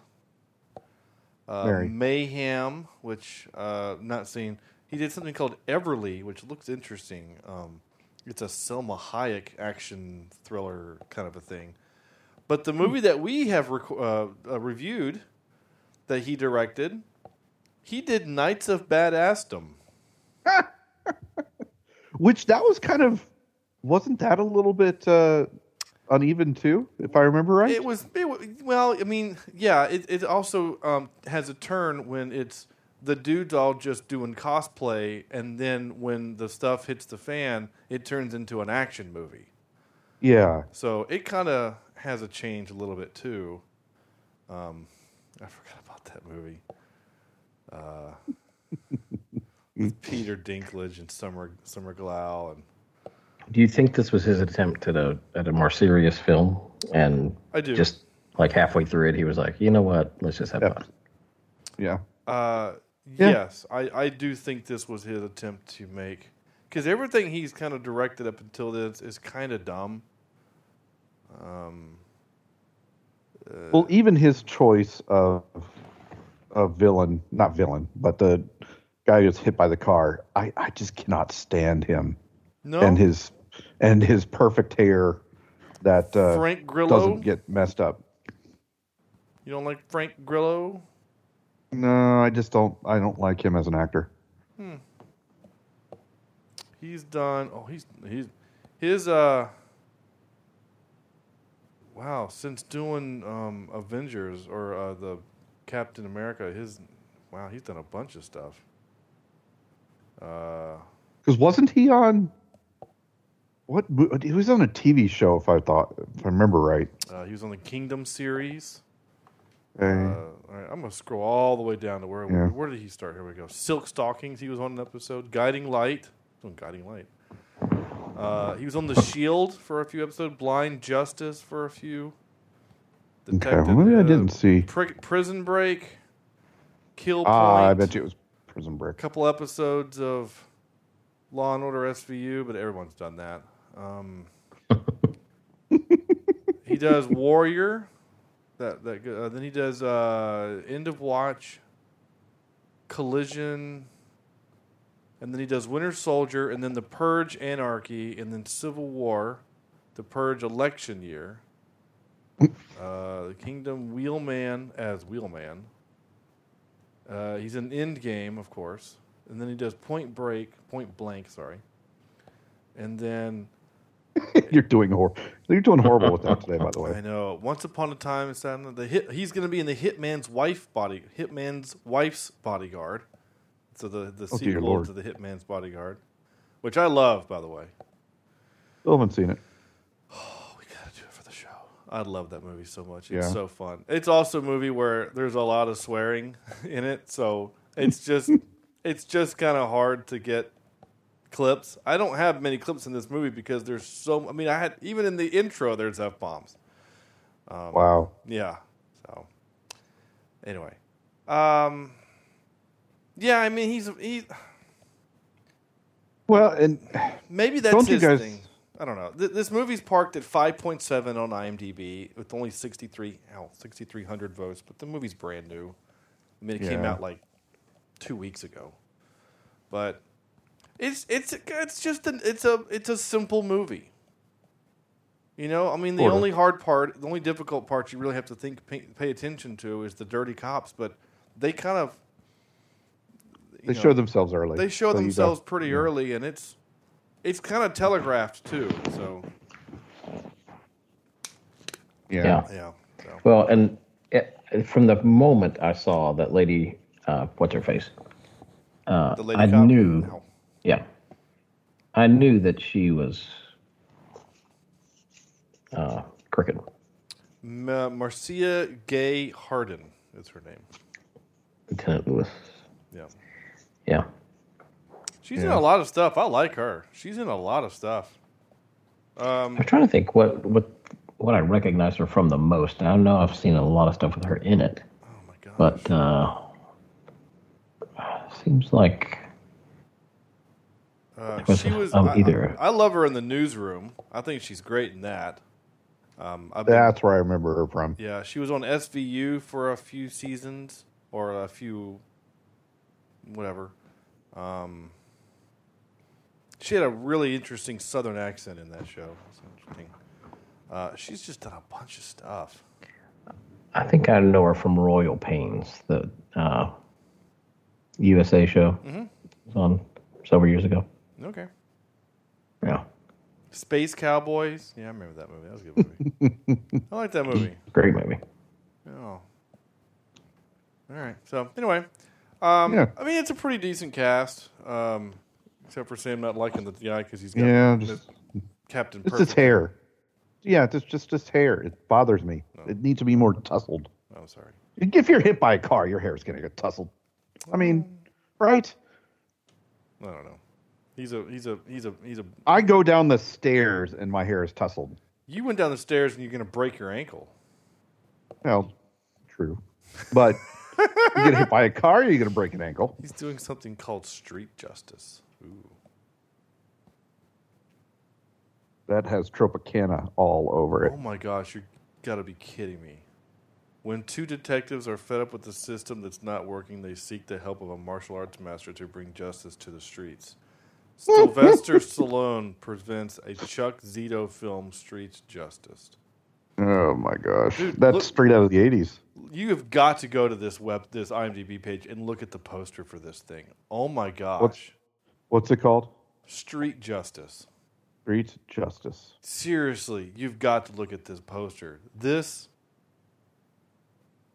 Speaker 6: uh,
Speaker 7: Mary.
Speaker 6: Mayhem, which uh, not seen. He did something called Everly, which looks interesting. Um, it's a Selma Hayek action thriller kind of a thing. But the movie that we have rec- uh, uh, reviewed that he directed, he did Knights of Badassdom.
Speaker 7: Which that was kind of, wasn't that a little bit uh, uneven too, if I remember right?
Speaker 6: It was, it wa- well, I mean, yeah, it, it also um, has a turn when it's the dudes all just doing cosplay, and then when the stuff hits the fan, it turns into an action movie.
Speaker 7: yeah.
Speaker 6: So it kind of has a change a little bit too. Um, I forgot about that movie. Uh, with Peter Dinklage and Summer Summer Glau, and
Speaker 8: Do you think this was his attempt at a at a more serious film? And
Speaker 6: I do.
Speaker 8: Just like halfway through it, he was like, you know what? Let's just have
Speaker 7: Yep.
Speaker 8: fun.
Speaker 7: Yeah.
Speaker 6: uh, yes, I, I do think this was his attempt to make because everything he's kind of directed up until this is kind of dumb.
Speaker 7: well, even his choice of of villain, not villain, but the guy who's hit by the car, I, I just cannot stand him
Speaker 6: No,
Speaker 7: and his and his perfect hair that uh,
Speaker 6: Frank Grillo.
Speaker 7: doesn't get messed up.
Speaker 6: you don't like Frank Grillo?
Speaker 7: No, I just don't. I don't like him as an actor.
Speaker 6: He's done. Oh, he's he's his uh. Wow, since doing um, Avengers or uh, the Captain America, his wow, he's done a bunch of stuff. Uh,
Speaker 7: Because wasn't he on? What mo- he was on a TV show, if I thought, if I remember right.
Speaker 6: uh, he was on the Kingdom series.
Speaker 7: Uh,
Speaker 6: Uh, all right, I'm gonna scroll all the way down to where
Speaker 7: Yeah.
Speaker 6: where did he start? Here we go. Silk Stockings. He was on an episode. Guiding Light. He's on Guiding Light. Uh, he was on The Shield for a few episodes. Blind Justice for a few.
Speaker 7: okay, well, maybe I
Speaker 6: uh,
Speaker 7: didn't see.
Speaker 6: Pri- Prison Break, Kill Point.
Speaker 7: Ah, I bet you it was Prison Break.
Speaker 6: A couple episodes of Law and Order SVU, but everyone's done that. Um, he does Warrior. That that go- uh, then he does uh, End of Watch, Collision, and then he does Winter Soldier, and then The Purge, Anarchy, and then Civil War, The Purge, Election Year. Uh, the Kingdom Wheelman as Wheelman. Uh, he's in End Game, of course, and then he does Point Break, Point Blank, sorry, and then
Speaker 7: you're doing hor- You're doing horrible with that today, by the
Speaker 6: I
Speaker 7: way.
Speaker 6: know. Once upon a time, it's on the hit. He's going to be in the Hitman's wife body. Hitman's wife's bodyguard. So the the
Speaker 7: Oh, dear
Speaker 6: sequel
Speaker 7: Lord.
Speaker 6: to the Hitman's bodyguard, which I love, by the way.
Speaker 7: Still haven't seen it.
Speaker 6: Oh, we gotta do it for the show. I love that movie so much. It's
Speaker 7: Yeah.
Speaker 6: so fun. It's also a movie where there's a lot of swearing in it, so it's just it's just kind of hard to get clips. I don't have many clips in this movie because there's so. I mean, I had even in the intro there's f bombs. Um,
Speaker 7: wow.
Speaker 6: Yeah. So anyway, um, yeah. I mean, he's he
Speaker 7: Well, and
Speaker 6: maybe that's
Speaker 7: Don't you
Speaker 6: his
Speaker 7: guys-
Speaker 6: thing. I don't know. Th- this movie's parked at 5.7 on IMDb with only 63 ow, 6300 votes, but the movie's brand new. I mean, it came
Speaker 7: Yeah.
Speaker 6: out like 2 weeks ago. But it's it's it's just an it's a it's a simple movie. You know, I mean, the
Speaker 7: Sorta.
Speaker 6: only hard part, the only difficult part you really have to think pay, pay attention to is the dirty cops, but they kind of
Speaker 7: they
Speaker 6: you know,
Speaker 7: show themselves early.
Speaker 6: they show
Speaker 7: so you don't-
Speaker 6: themselves pretty early, and it's it's kind of telegraphed too. So
Speaker 7: Yeah.
Speaker 9: Yeah.
Speaker 6: yeah, so.
Speaker 9: Well, and it, from the moment I saw that lady, uh, what's her face?
Speaker 6: the lady
Speaker 9: Uh, I
Speaker 6: cop.
Speaker 9: knew.
Speaker 6: Ow.
Speaker 9: Yeah. I knew that she was uh, crooked.
Speaker 6: Ma- Marcia Gay Harden is her name.
Speaker 9: Lieutenant Lewis.
Speaker 6: Yeah,
Speaker 9: Yeah.
Speaker 6: she's in a lot of stuff. I like her. She's in a lot of stuff. Um,
Speaker 9: I'm trying to think what what what I recognize her from the most. I know I've seen a lot of stuff with her in it,
Speaker 6: oh my god.
Speaker 9: but uh, seems like
Speaker 6: Uh,
Speaker 9: was-
Speaker 6: she was
Speaker 9: um,
Speaker 6: I,
Speaker 9: either-
Speaker 6: I, I love her in the newsroom. I think she's great in that. Um, I've been-
Speaker 7: That's where I remember her from.
Speaker 6: Yeah, she was on SVU for a few seasons or a few, whatever. Um, she had a really interesting Southern accent in that show. It's interesting. Uh, she's just done a bunch of stuff.
Speaker 9: I think I know her from Royal Pains, the uh, USA show.
Speaker 6: Mm-hmm.
Speaker 9: It was on several years ago.
Speaker 6: Okay.
Speaker 9: Yeah,
Speaker 6: Space Cowboys. Yeah, I remember that movie. That was a good movie. I like that movie.
Speaker 9: great movie.
Speaker 6: Oh. All right. So anyway, um,
Speaker 7: Yeah.
Speaker 6: I mean it's a pretty decent cast, um, except for Sam not liking the guy because he's got
Speaker 7: Yeah,
Speaker 6: the
Speaker 7: just-
Speaker 6: Captain
Speaker 7: It's
Speaker 6: Perfect.
Speaker 7: his hair. Yeah, it's just his hair. It bothers me.
Speaker 6: Oh.
Speaker 7: It needs to be more tussled.
Speaker 6: I'm sorry.
Speaker 7: If you're hit by a car, your hair is going to get tussled.
Speaker 6: Mm.
Speaker 7: I mean, right?
Speaker 6: I don't know. He's a he's a he's a he's a.
Speaker 7: I go down the stairs and my hair is tussled.
Speaker 6: You went down the stairs and you're gonna break your ankle.
Speaker 7: Well, true. But you get hit by a car, you're going to break an ankle.
Speaker 6: He's doing something called street justice. Ooh.
Speaker 7: That has Tropicana all over it.
Speaker 6: Oh my gosh! You gotta be kidding me. When two detectives are fed up with the system that's not working, they seek the help of a martial arts master to bring justice to the streets. Sylvester Stallone presents a Chuck Zito film, Streets Justice.
Speaker 7: Oh my gosh.
Speaker 6: Dude,
Speaker 7: That's
Speaker 6: look-
Speaker 7: straight out of the 80s.
Speaker 6: You have got to go to this web, this IMDb page, and look at the poster for this thing. Oh my gosh!
Speaker 7: What's it called?
Speaker 6: Street Justice.
Speaker 7: Street Justice.
Speaker 6: Seriously, you've got to look at this poster. This,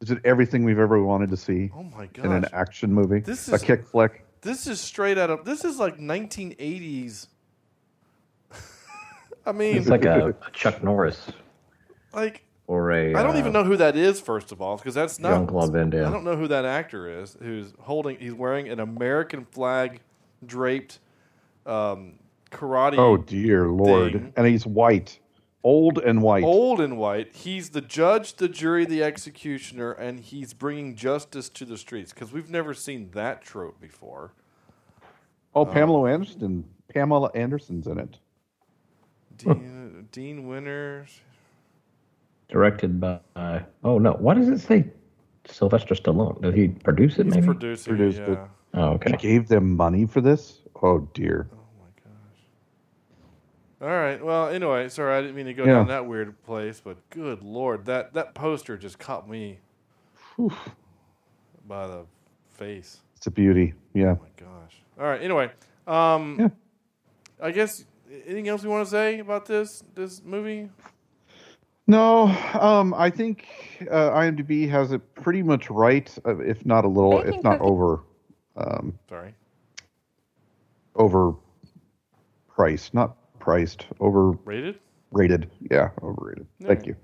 Speaker 7: Is it everything we've ever wanted to see
Speaker 6: oh my gosh,
Speaker 7: in an action movie?
Speaker 6: This
Speaker 7: a
Speaker 6: is-
Speaker 7: kick flick?
Speaker 6: this is straight out of this is like 1980s. I mean,
Speaker 9: It's like a, a Chuck Norris
Speaker 6: like
Speaker 9: or a
Speaker 6: I don't even
Speaker 9: uh,
Speaker 6: know who that is. First of all, because that's not
Speaker 9: Jean-Claude Van Damme.
Speaker 6: I don't know who that actor is who's holding. He's wearing an American flag draped um, karate.
Speaker 7: Oh dear lord.
Speaker 6: Ding.
Speaker 7: And he's white. Old and white.
Speaker 6: old and white. He's the judge, the jury, the executioner, and he's bringing justice to the streets because we've never seen that trope before.
Speaker 7: Oh, Pamela Anderson. Pamela Anderson's in it.
Speaker 6: Dean, Dean Winters.
Speaker 9: directed by. oh no, why does it say Sylvester Stallone? Did he produce it?
Speaker 6: He's
Speaker 9: maybe.
Speaker 6: producing.
Speaker 7: Produced
Speaker 6: yeah.
Speaker 7: it.
Speaker 9: oh
Speaker 7: She
Speaker 9: okay.
Speaker 7: gave them money for this? Oh dear.
Speaker 6: Oh my gosh. All right. Well, anyway, sorry, I didn't mean to go
Speaker 7: Yeah.
Speaker 6: down that weird place, but good lord, that that poster just caught me by the face.
Speaker 7: It's a beauty. Yeah.
Speaker 6: Oh my gosh. All right. Anyway, um,
Speaker 7: Yeah.
Speaker 6: I guess anything else you want to say about this this movie?
Speaker 7: No, um, I think uh, IMDb has it pretty much right, uh, if not a little, if
Speaker 10: Baking
Speaker 7: not
Speaker 10: cookie.
Speaker 7: over, um,
Speaker 6: Sorry.
Speaker 7: over priced, not priced, overrated.
Speaker 6: Rated.
Speaker 7: Yeah, overrated. Thank you.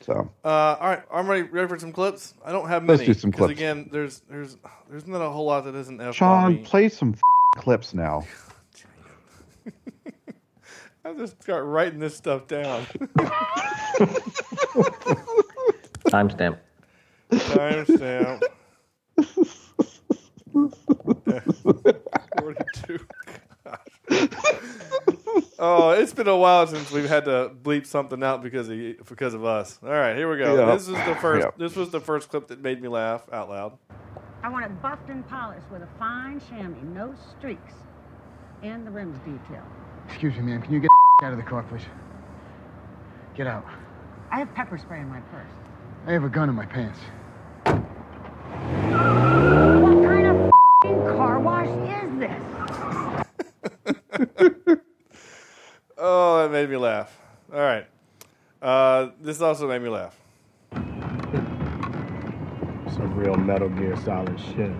Speaker 7: So
Speaker 6: Uh, all right, I'm ready, ready for some clips. I don't have many.
Speaker 7: Let's do some
Speaker 6: 'cause
Speaker 7: clips.
Speaker 6: Again, there's there's there's not a whole lot that isn't F.
Speaker 7: Sean,
Speaker 6: Bobby.
Speaker 7: play some f- clips now.
Speaker 6: I just start writing this stuff down.
Speaker 9: Timestamp.
Speaker 6: Timestamp. Forty-two. Gosh. oh, it's been a while since we've had to bleep something out because of you- because of us. All right, here we go.
Speaker 7: Yeah.
Speaker 6: This is the first.
Speaker 7: Yeah.
Speaker 6: This was the first clip that made me laugh out loud.
Speaker 11: I want it buffed and polished with a fine chamois, no streaks, and the rims detail.
Speaker 2: Excuse me, ma'am. Can you get out of the car, please? Get out.
Speaker 11: I have pepper spray in my purse.
Speaker 2: I have a gun in my pants.
Speaker 11: What kind of f***ing car wash is this?
Speaker 6: Oh, that made me laugh. All right. Uh, this also made me laugh.
Speaker 2: Some real Metal Gear Solid shit.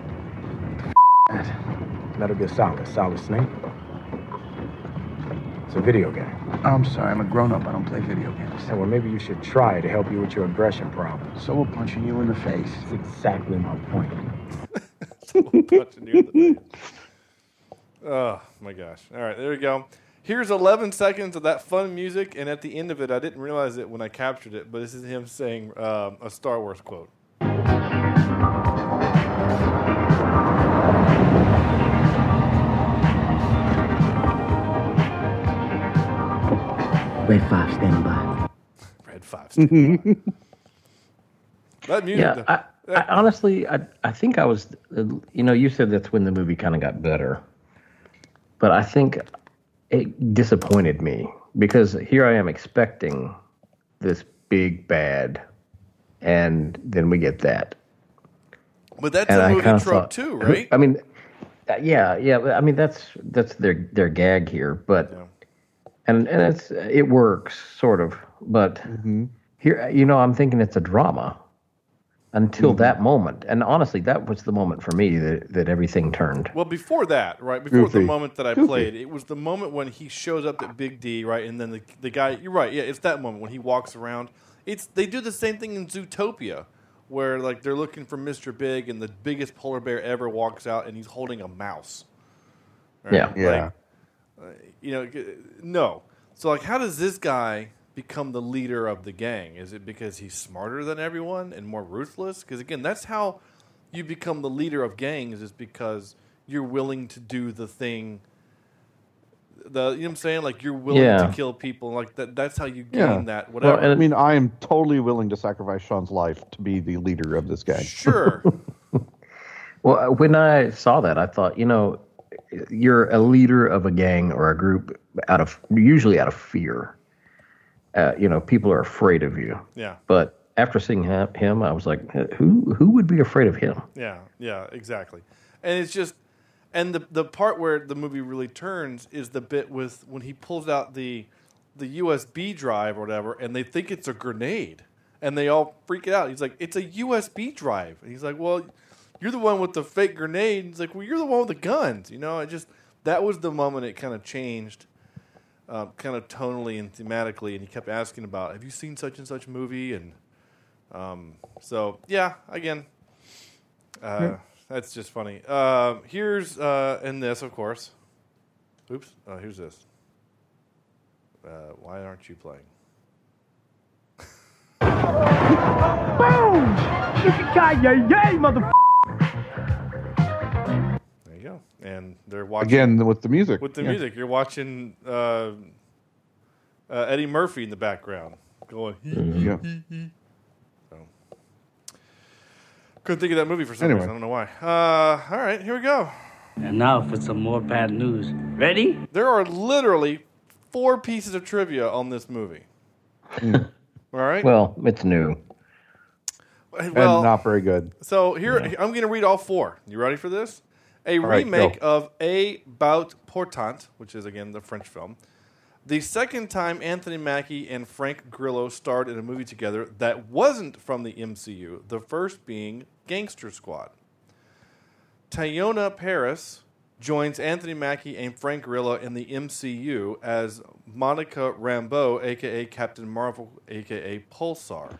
Speaker 2: Metal Gear Solid, Solid Snake. It's a video game. I'm sorry, I'm a grown up. I don't play video games. well, maybe you should try to help you with your aggression problem. So we're punching you in the face. That's exactly my point.
Speaker 6: punching you in the face. Oh my gosh! All right, there we go. Here's 11 seconds of that fun music, and at the end of it, I didn't realize it when I captured it, but this is him saying um, a Star Wars quote.
Speaker 1: Red 5, standing by.
Speaker 6: Red Five. standing by. that music.
Speaker 9: Yeah, I, I honestly, I, I think I was, uh, you know, you said that's when the movie kind of got better, but I think it disappointed me because here I am expecting this big bad, and then we get that,
Speaker 6: but that's
Speaker 9: and
Speaker 6: a
Speaker 9: I
Speaker 6: movie
Speaker 9: kinda
Speaker 6: trope
Speaker 9: thought-
Speaker 6: too, right?
Speaker 9: I mean, uh, yeah, yeah. but I mean, that's that's their their gag here, but and and it's it works sort of, but here uh, you know I'm thinking it's a drama until that moment, and honestly, that was the moment for me that that everything turned.
Speaker 6: Well, before that, right? Before the
Speaker 7: Goofy.
Speaker 6: moment that I played, it was the moment when he shows up at Big D, right? And then the, the guy, you're right, yeah, it's that moment when he walks around. It's they do the same thing in Zootopia, where like they're looking for Mr. Big, and the biggest polar bear ever walks out, and he's holding a mouse. right?
Speaker 9: Yeah.
Speaker 7: Yeah.
Speaker 6: you know, g- no. So like, how does this guy become the leader of the gang? Is it because he's smarter than everyone and more ruthless? Because again, that's how you become the leader of gangs is because you're willing to do the thing. The you know what I'm saying? Like you're willing
Speaker 9: Yeah.
Speaker 6: to kill people. Like that. That's how you gain
Speaker 7: Yeah.
Speaker 6: that. Whatever.
Speaker 9: Well,
Speaker 7: I
Speaker 9: and
Speaker 7: mean, I am totally willing to sacrifice Sean's life to be the leader of this gang.
Speaker 6: sure.
Speaker 9: Well, uh, when I saw that, I thought, you know, you're a leader of a gang or a group out of usually out of fear. Uh, you know, people are afraid of you.
Speaker 6: yeah.
Speaker 9: But after seeing ha- him, I was like, "Uh, who who would be afraid of him?
Speaker 6: Yeah, yeah, exactly. And it's just, and the the part where the movie really turns is the bit with when he pulls out the the USB drive or whatever, and they think it's a grenade, and they all freak out. He's like, "It's a USB drive," and he's like, "Well, you're the one with the fake grenade." And he's like, "Well, you're the one with the guns." You know, it just that was the moment it kind of changed. Uh, kind of tonally and thematically, and he kept asking about, "Have you seen such and such movie?" And um, so, yeah, again, uh, that's just funny. Um here's uh, and this, of course. Oops. Oh, here's this. Uh, why aren't you playing?
Speaker 1: Boom! Yippee-ki-yay, mother.
Speaker 6: There you go. And they're watching
Speaker 7: Again, with the music.
Speaker 6: with the
Speaker 7: Yeah.
Speaker 6: music. You're watching uh, uh, Eddie Murphy in the background going.
Speaker 7: Yeah.
Speaker 6: Mm-hmm. Couldn't think of that movie for some
Speaker 7: Anyway.
Speaker 6: reason. I don't know why. Uh, all right, here we go.
Speaker 4: And now for some more bad news. Ready?
Speaker 6: There are literally four pieces of trivia on this movie.
Speaker 7: Hmm.
Speaker 6: All right.
Speaker 9: Well, it's new.
Speaker 6: Well-
Speaker 7: and not very good.
Speaker 6: So here, I'm going to read all four. You ready for this? A
Speaker 7: All right,
Speaker 6: remake of A Bout Portant, which is again the French film. The second time Anthony Mackie and Frank Grillo starred in a movie together that wasn't from the MCU, the first being Gangster Squad. Tayona Paris joins Anthony Mackie and Frank Grillo in the MCU as Monica Rambeau, aka Captain Marvel, aka Pulsar.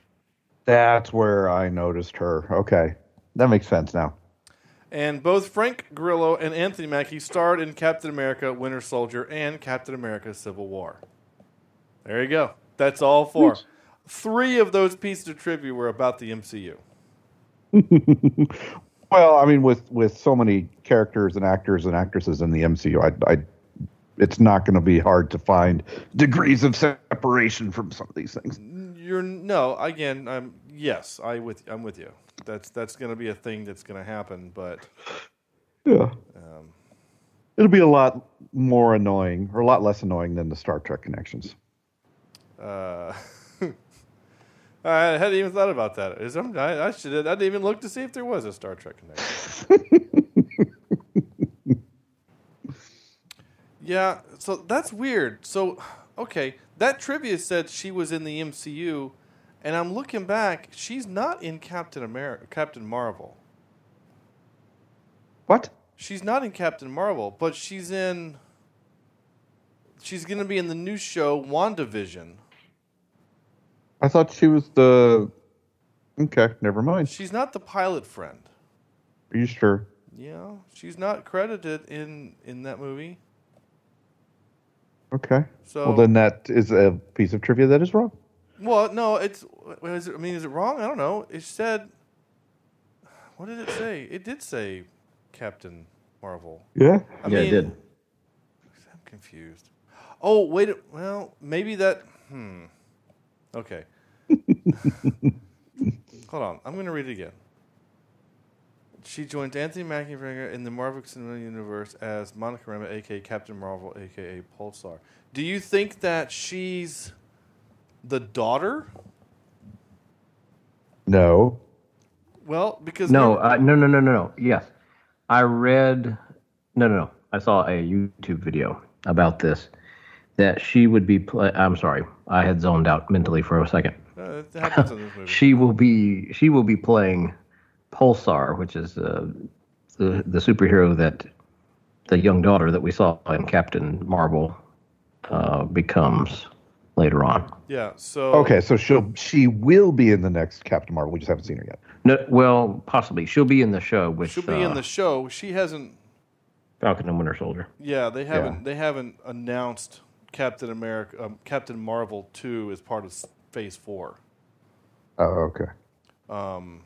Speaker 7: That's where I noticed her. Okay, that makes sense now.
Speaker 6: And both Frank Grillo and Anthony Mackie starred in Captain America Winter Soldier and Captain America Civil War. There you go. That's all four. Three of those pieces of trivia were about the MCU.
Speaker 7: Well, I mean, with with so many characters and actors and actresses in the MCU, I, I it's not going to be hard to find degrees of separation from some of these things.
Speaker 6: You're no, again, I'm yes, I with I'm with you. That's that's going to be a thing that's going to happen, but
Speaker 7: Yeah,
Speaker 6: Um,
Speaker 7: it'll be a lot more annoying, or a lot less annoying than the Star Trek connections.
Speaker 6: uh I hadn't even thought about that. Is I'm- I, I should I didn't even look to see if there was a Star Trek connection. Yeah, so that's weird. So, okay, that trivia said she was in the MCU, and I'm looking back. She's not in Captain America, Captain Marvel.
Speaker 7: What?
Speaker 6: She's not in Captain Marvel, but she's in. She's going to be in the new show WandaVision.
Speaker 7: I thought she was the. Okay, never mind.
Speaker 6: She's not the pilot friend.
Speaker 7: Are you sure?
Speaker 6: Yeah, she's not credited in in that movie.
Speaker 7: Okay.
Speaker 6: So-
Speaker 7: well, then that is a piece of trivia that is wrong.
Speaker 6: Well, no, it's. well, Is it, I mean, is it wrong? I don't know. It said. What did it say? It did say Captain Marvel.
Speaker 7: Yeah?
Speaker 6: I
Speaker 9: Yeah, it
Speaker 6: mean,
Speaker 9: did.
Speaker 6: I'm confused. Oh wait. a- Well, maybe that. Hmm. Okay. Hold on. I'm going to read it again. She joined Anthony Mackie in the Marvel Cinematic Universe as Monica Rambeau, aka Captain Marvel, aka Pulsar. Do you think that she's the daughter?
Speaker 7: No.
Speaker 6: Well, because
Speaker 9: No, uh, no, no, no, no, no. Yes, I read. No, no, no. I saw a YouTube video about this that she would be. Play, I'm sorry, I had zoned out mentally for a second.
Speaker 6: Uh, it happens in this movie.
Speaker 9: She will be. She will be playing Pulsar, which is uh, the the superhero that the young daughter that we saw in Captain Marvel uh, becomes later on.
Speaker 6: Yeah. So
Speaker 9: Oh,
Speaker 7: Okay, so she'll she will be in the next Captain Marvel. We just haven't seen her yet.
Speaker 9: No, well, possibly she'll be in the show with uh,
Speaker 6: she'll be in the show. She hasn't.
Speaker 9: Falcon and Winter Soldier.
Speaker 6: Yeah, they haven't. They haven't announced Captain America, um, Captain Marvel two as part of s- Phase four.
Speaker 7: Oh, okay.
Speaker 6: um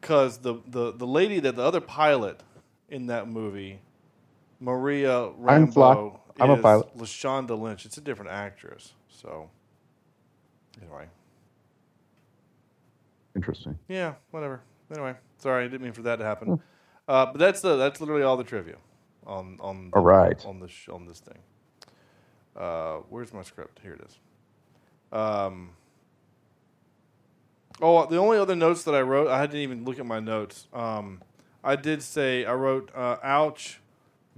Speaker 6: because the, the the lady that the other pilot in that movie maria
Speaker 7: I'm Fla-
Speaker 6: rambo
Speaker 7: I'm a
Speaker 6: is
Speaker 7: pilot.
Speaker 6: lashonda lynch it's a different actress so anyway
Speaker 7: Interesting.
Speaker 6: yeah whatever anyway sorry i didn't mean for that to
Speaker 7: Hmm.
Speaker 6: happen uh, but that's the that's literally all the trivia on on the,
Speaker 7: All right.
Speaker 6: on this sh- on this thing uh where's my script here it is um Oh, the only other notes that I wrote, I didn't even look at my notes. Um, I did say I wrote, uh, "Ouch,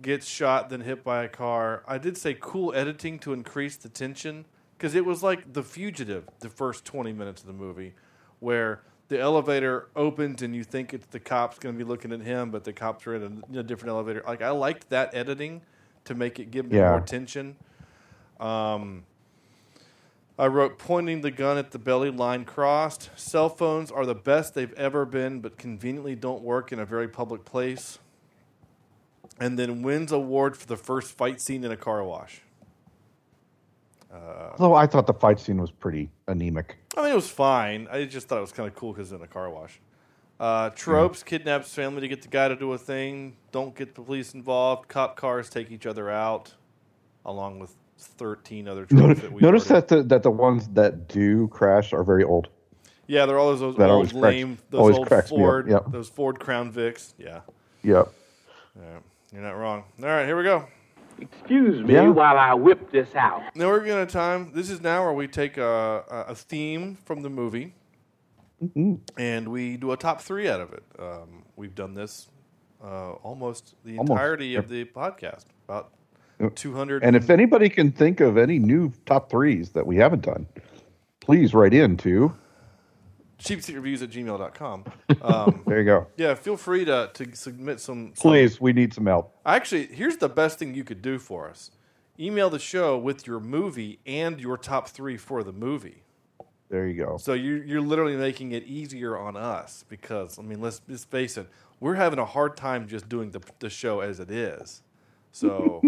Speaker 6: gets shot, then hit by a car." I did say cool editing to increase the tension because it was like The Fugitive, the first twenty minutes of the movie, where the elevator opens and you think it's the cops going to be looking at him, but the cops are in a, a different elevator. Like I liked that editing to make it give me
Speaker 7: Yeah.
Speaker 6: more tension. Um, I wrote pointing the gun at the belly line crossed. Cell phones are the best they've ever been, but conveniently don't work in a very public place. And then wins award for the first fight scene in a car wash.
Speaker 7: Although I thought the fight scene was pretty anemic.
Speaker 6: I mean, it was fine. I just thought it was kind of cool because in a car wash. Uh, tropes kidnaps family to get the guy to do a thing. Don't get the police involved. Cop cars take each other out, along with thirteen other tropes. that we
Speaker 7: Notice that the that the ones that do crash are very old.
Speaker 6: Yeah, they're all those, those
Speaker 7: That
Speaker 6: old
Speaker 7: always cracks-
Speaker 6: lame,
Speaker 7: always
Speaker 6: those old
Speaker 7: cracks me up,
Speaker 6: Ford,
Speaker 7: yep.
Speaker 6: those Ford Crown Vics. Yeah,
Speaker 7: Yep.
Speaker 6: Yeah, you're not wrong. All right, here we go.
Speaker 10: Excuse me
Speaker 6: Yeah.
Speaker 10: while I whip this out.
Speaker 6: Now we're gonna time. This is now where we take a, a- a theme from the movie
Speaker 7: Mm-hmm.
Speaker 6: and we do a top three out of it. Um, we've done this uh, almost the
Speaker 7: Almost.
Speaker 6: entirety of the podcast, about two hundred.
Speaker 7: And if anybody can think of any new top threes that we haven't done, please write in to.
Speaker 6: cheapseatreviews at gmail.com. Um,
Speaker 7: There you go.
Speaker 6: yeah, feel free to to submit some. some-
Speaker 7: Please, we need some help.
Speaker 6: Actually, here's the best thing you could do for us: email the show with your movie and your top three for the movie.
Speaker 7: There you go.
Speaker 6: So you you're literally making it easier on us because I mean let's just face it, we're having a hard time just doing the the show as it is. So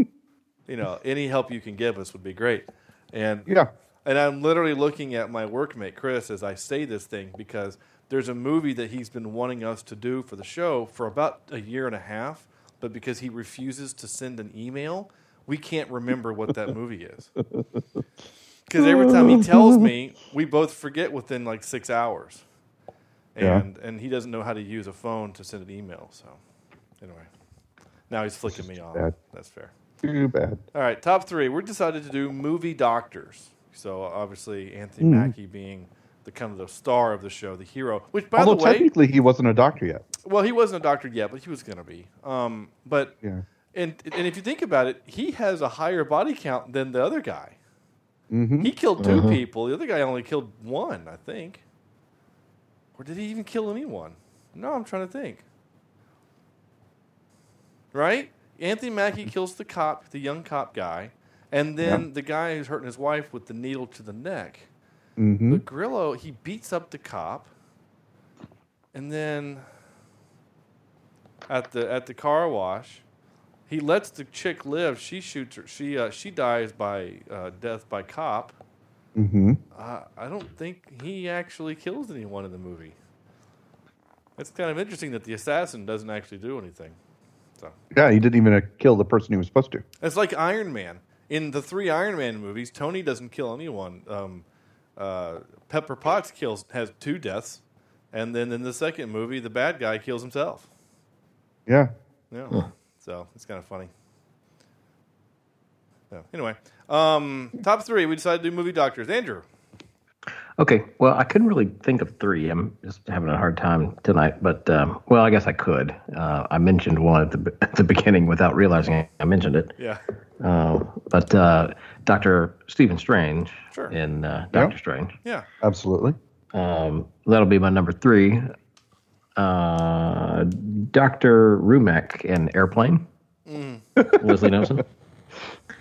Speaker 6: you know, any help you can give us would be great. And
Speaker 7: yeah.
Speaker 6: And I'm literally looking at my workmate Chris as I say this thing because there's a movie that he's been wanting us to do for the show for about a year and a half, but because he refuses to send an email, we can't remember what that movie is. Because every time he tells me, we both forget within like six hours,
Speaker 7: Yeah.
Speaker 6: and and he doesn't know how to use a phone to send an email. So anyway, now he's flicking me off.
Speaker 7: bad.
Speaker 6: That's fair.
Speaker 7: Too bad.
Speaker 6: All right, top three. We're decided to do movie doctors. So obviously Anthony
Speaker 7: Mm.
Speaker 6: Mackie being the kind of the star of the show, the hero. Which by
Speaker 7: Although
Speaker 6: the way,
Speaker 7: technically he wasn't a doctor yet.
Speaker 6: well, he wasn't a doctor yet, but he was going to be. Um, but
Speaker 7: Yeah.
Speaker 6: and and if you think about it, he has a higher body count than the other guy.
Speaker 7: Mm-hmm.
Speaker 6: He killed 2
Speaker 7: Mhm.
Speaker 6: people. The other guy only killed one, I think. Or did he even kill anyone? No, I'm trying to think. Right? Anthony Mackie kills the cop, the young cop guy, and then
Speaker 7: Mm-hmm. Yeah.
Speaker 6: the guy who's hurting his wife with the needle to the neck.
Speaker 7: Mm-hmm.
Speaker 6: But Grillo, he beats up the cop, and then at the at the car wash, he lets the chick live. She shoots her. She uh, she dies by uh, death by cop.
Speaker 7: Mm-hmm.
Speaker 6: Uh, I don't think he actually kills anyone in the movie. It's kind of interesting that the assassin doesn't actually do anything. So
Speaker 7: Yeah, he didn't even uh, kill the person he was supposed to.
Speaker 6: it's like Iron Man. In the three Iron Man movies, Tony doesn't kill anyone. Um, uh, Pepper Potts kills has two deaths, and then in the second movie, the bad guy kills himself.
Speaker 7: Yeah.
Speaker 6: Yeah.
Speaker 7: Huh.
Speaker 6: So it's kind of funny. So, anyway, um, top three. We decided to do movie doctors. Andrew.
Speaker 9: Okay, well, I couldn't really think of three. I'm just having a hard time tonight, but um, well, I guess I could. Uh, I mentioned one at the, be- at the beginning without realizing I mentioned it.
Speaker 6: Yeah.
Speaker 9: Uh, but uh, Doctor Stephen Strange
Speaker 6: Sure.
Speaker 9: in uh, Doctor Strange.
Speaker 6: Yeah.
Speaker 7: Absolutely.
Speaker 9: Um, that'll be my number three. Uh, Doctor Rumek in Airplane.
Speaker 6: Mm.
Speaker 9: Leslie Nelson.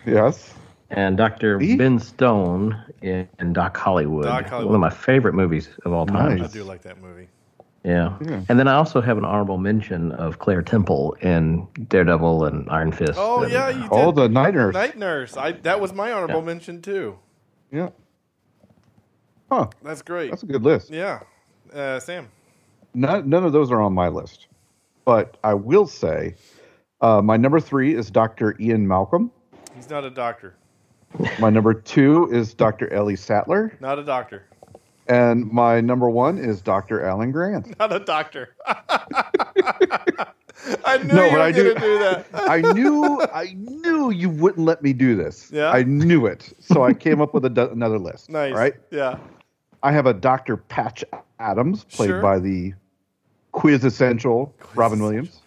Speaker 7: Yes.
Speaker 9: And Dr. Ben Stone in, in Doc Hollywood,
Speaker 6: Doc Hollywood.
Speaker 9: One of my favorite movies of all time.
Speaker 6: I do like that movie.
Speaker 9: Yeah.
Speaker 6: Yeah.
Speaker 9: And then I also have an honorable mention of Claire Temple in Daredevil and Iron Fist.
Speaker 6: Oh
Speaker 9: and-
Speaker 6: yeah, you did. Night nurse. I that was my honorable mention too.
Speaker 7: Yeah. Huh.
Speaker 6: That's great.
Speaker 7: That's a good list.
Speaker 6: Yeah. Uh, Sam.
Speaker 7: None, none of those are on my list. But I will say uh, my number three is Dr. Ian Malcolm.
Speaker 6: He's not a doctor.
Speaker 7: My number two is Dr. Ellie Sattler.
Speaker 6: Not a doctor.
Speaker 7: And my number one is Dr. Alan Grant.
Speaker 6: Not a doctor. I knew
Speaker 7: No,
Speaker 6: you
Speaker 7: but
Speaker 6: were
Speaker 7: I
Speaker 6: going to
Speaker 7: do-
Speaker 6: do that.
Speaker 7: I knew I knew you wouldn't let me do this.
Speaker 6: Yeah.
Speaker 7: I knew it. So I came up with a, do- another list.
Speaker 6: Nice.
Speaker 7: Right?
Speaker 6: Yeah.
Speaker 7: I have a Dr. Patch Adams, played
Speaker 6: Sure.
Speaker 7: by the quiz essential Robin Williams.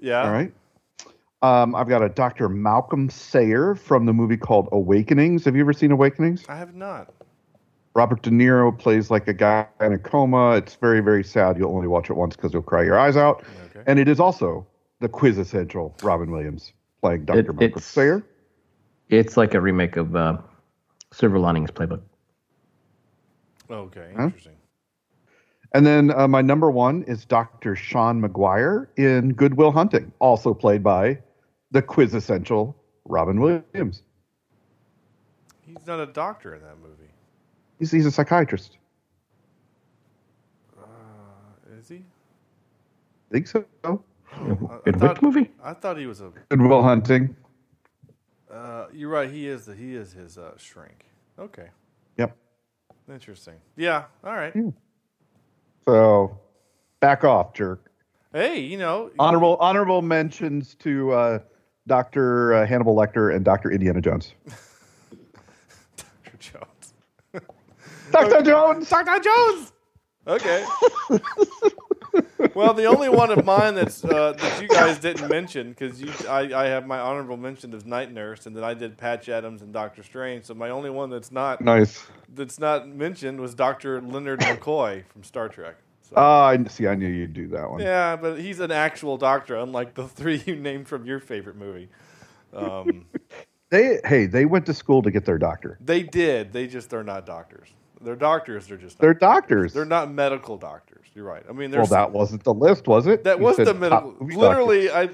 Speaker 6: Yeah.
Speaker 7: All right. Um, I've got a Dr. Malcolm Sayer from the movie called Awakenings. Have you ever seen Awakenings?
Speaker 6: I have not.
Speaker 7: Robert De Niro plays like a guy in a coma. It's very, very sad. You'll only watch it once because you'll cry your eyes out. And it is also the quiz essential Robin Williams playing Dr. Malcolm
Speaker 9: it's-
Speaker 7: Sayer.
Speaker 9: It's like a remake of uh, Silver Linings Playbook.
Speaker 6: Okay.
Speaker 7: Huh? And then uh, my number one is Dr. Sean McGuire in Goodwill Hunting, also played by the quiz essential Robin Williams.
Speaker 6: He's not a doctor in that movie.
Speaker 7: He's, he's a psychiatrist.
Speaker 6: Is he?
Speaker 7: think so.
Speaker 6: I- I thought- I thought he was a.
Speaker 7: Goodwill Hunting.
Speaker 6: Uh, you're right. He is the. He is his uh, shrink. Okay.
Speaker 7: Yep.
Speaker 6: Interesting. Yeah. All right.
Speaker 7: So back off, jerk.
Speaker 6: Hey, you know,
Speaker 7: Honorable honorable mentions to uh, Doctor uh, Hannibal Lecter and Doctor Indiana Jones.
Speaker 6: Dr. Jones.
Speaker 7: Doctor Jones.
Speaker 6: Dr. Jones. Okay. well, the only one of mine that's uh, that you guys didn't mention because you, I, I have my honorable mention of Night Nurse, and then I did Patch Adams and Doctor Strange. So my only one that's not
Speaker 7: Nice.
Speaker 6: that's not mentioned was Doctor Leonard McCoy from Star Trek.
Speaker 7: Oh, I see. I knew you'd do that one.
Speaker 6: Yeah, but he's an actual doctor, unlike the three you named from your favorite movie. Um,
Speaker 7: They hey, they went to school to get their doctor.
Speaker 6: they did. They just they're not doctors. They're doctors. They're just not,
Speaker 7: They're doctors.
Speaker 6: they're not medical doctors. You're right. I mean,
Speaker 7: well,
Speaker 6: there's
Speaker 7: that wasn't the list, was it?
Speaker 6: That
Speaker 7: You
Speaker 6: was
Speaker 7: said
Speaker 6: the
Speaker 7: top
Speaker 6: medical.
Speaker 7: movie
Speaker 6: Literally, I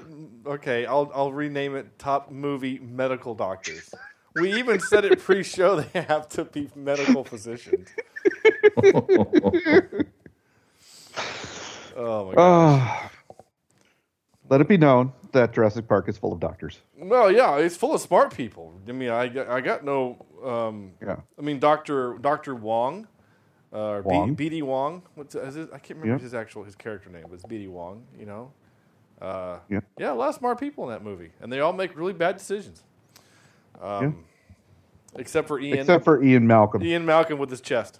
Speaker 6: okay. I'll I'll rename it top movie medical doctors. We even said it pre-show they have to be medical physicians. oh my
Speaker 7: doctor.
Speaker 6: god!
Speaker 7: Ah. let it be known that Jurassic Park is full of doctors.
Speaker 6: Well, yeah, it's full of smart people. I mean, I got- I got no. Um,
Speaker 7: Yeah.
Speaker 6: I mean, Doctor Doctor Wong, uh,
Speaker 7: Wong.
Speaker 6: B, BD Wong. What's is it? I can't remember
Speaker 7: Yeah.
Speaker 6: his actual his character name, but it's BD Wong. You know. Uh,
Speaker 7: Yeah.
Speaker 6: Yeah, a lot of smart people in that movie, and they all make really bad decisions. Um, Except for Ian.
Speaker 7: Except for Ian Malcolm.
Speaker 6: Ian Malcolm with his chest,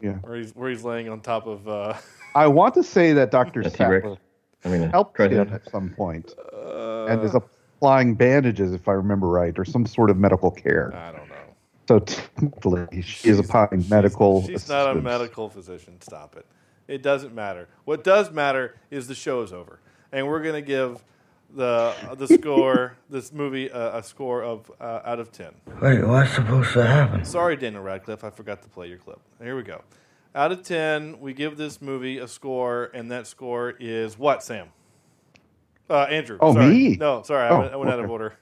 Speaker 7: Yeah.
Speaker 6: where he's where he's laying on top of. Uh,
Speaker 7: I want to say that Dr.
Speaker 9: T-Rex.
Speaker 7: Sapper
Speaker 9: I mean,
Speaker 7: helped
Speaker 9: Triceratops.
Speaker 7: him at some point
Speaker 6: Uh,
Speaker 7: and is applying bandages, if I remember right, or some sort of medical care.
Speaker 6: I don't know.
Speaker 7: So technically, she is applying medical.
Speaker 6: She's not a
Speaker 7: assistance.
Speaker 6: medical physician. Stop it. It doesn't matter. What does matter is the show is over, and we're gonna give the the score this movie a, a score of uh, out of ten.
Speaker 12: Wait, what's supposed to happen?
Speaker 6: Sorry, Daniel Radcliffe, I forgot to play your clip. Here we go. Out of ten, we give this movie a score, and that score is what, Sam? Uh, Andrew.
Speaker 7: Oh,
Speaker 6: sorry.
Speaker 7: me?
Speaker 6: No, sorry, I
Speaker 7: Oh,
Speaker 6: went, I went out of
Speaker 7: okay.
Speaker 6: order.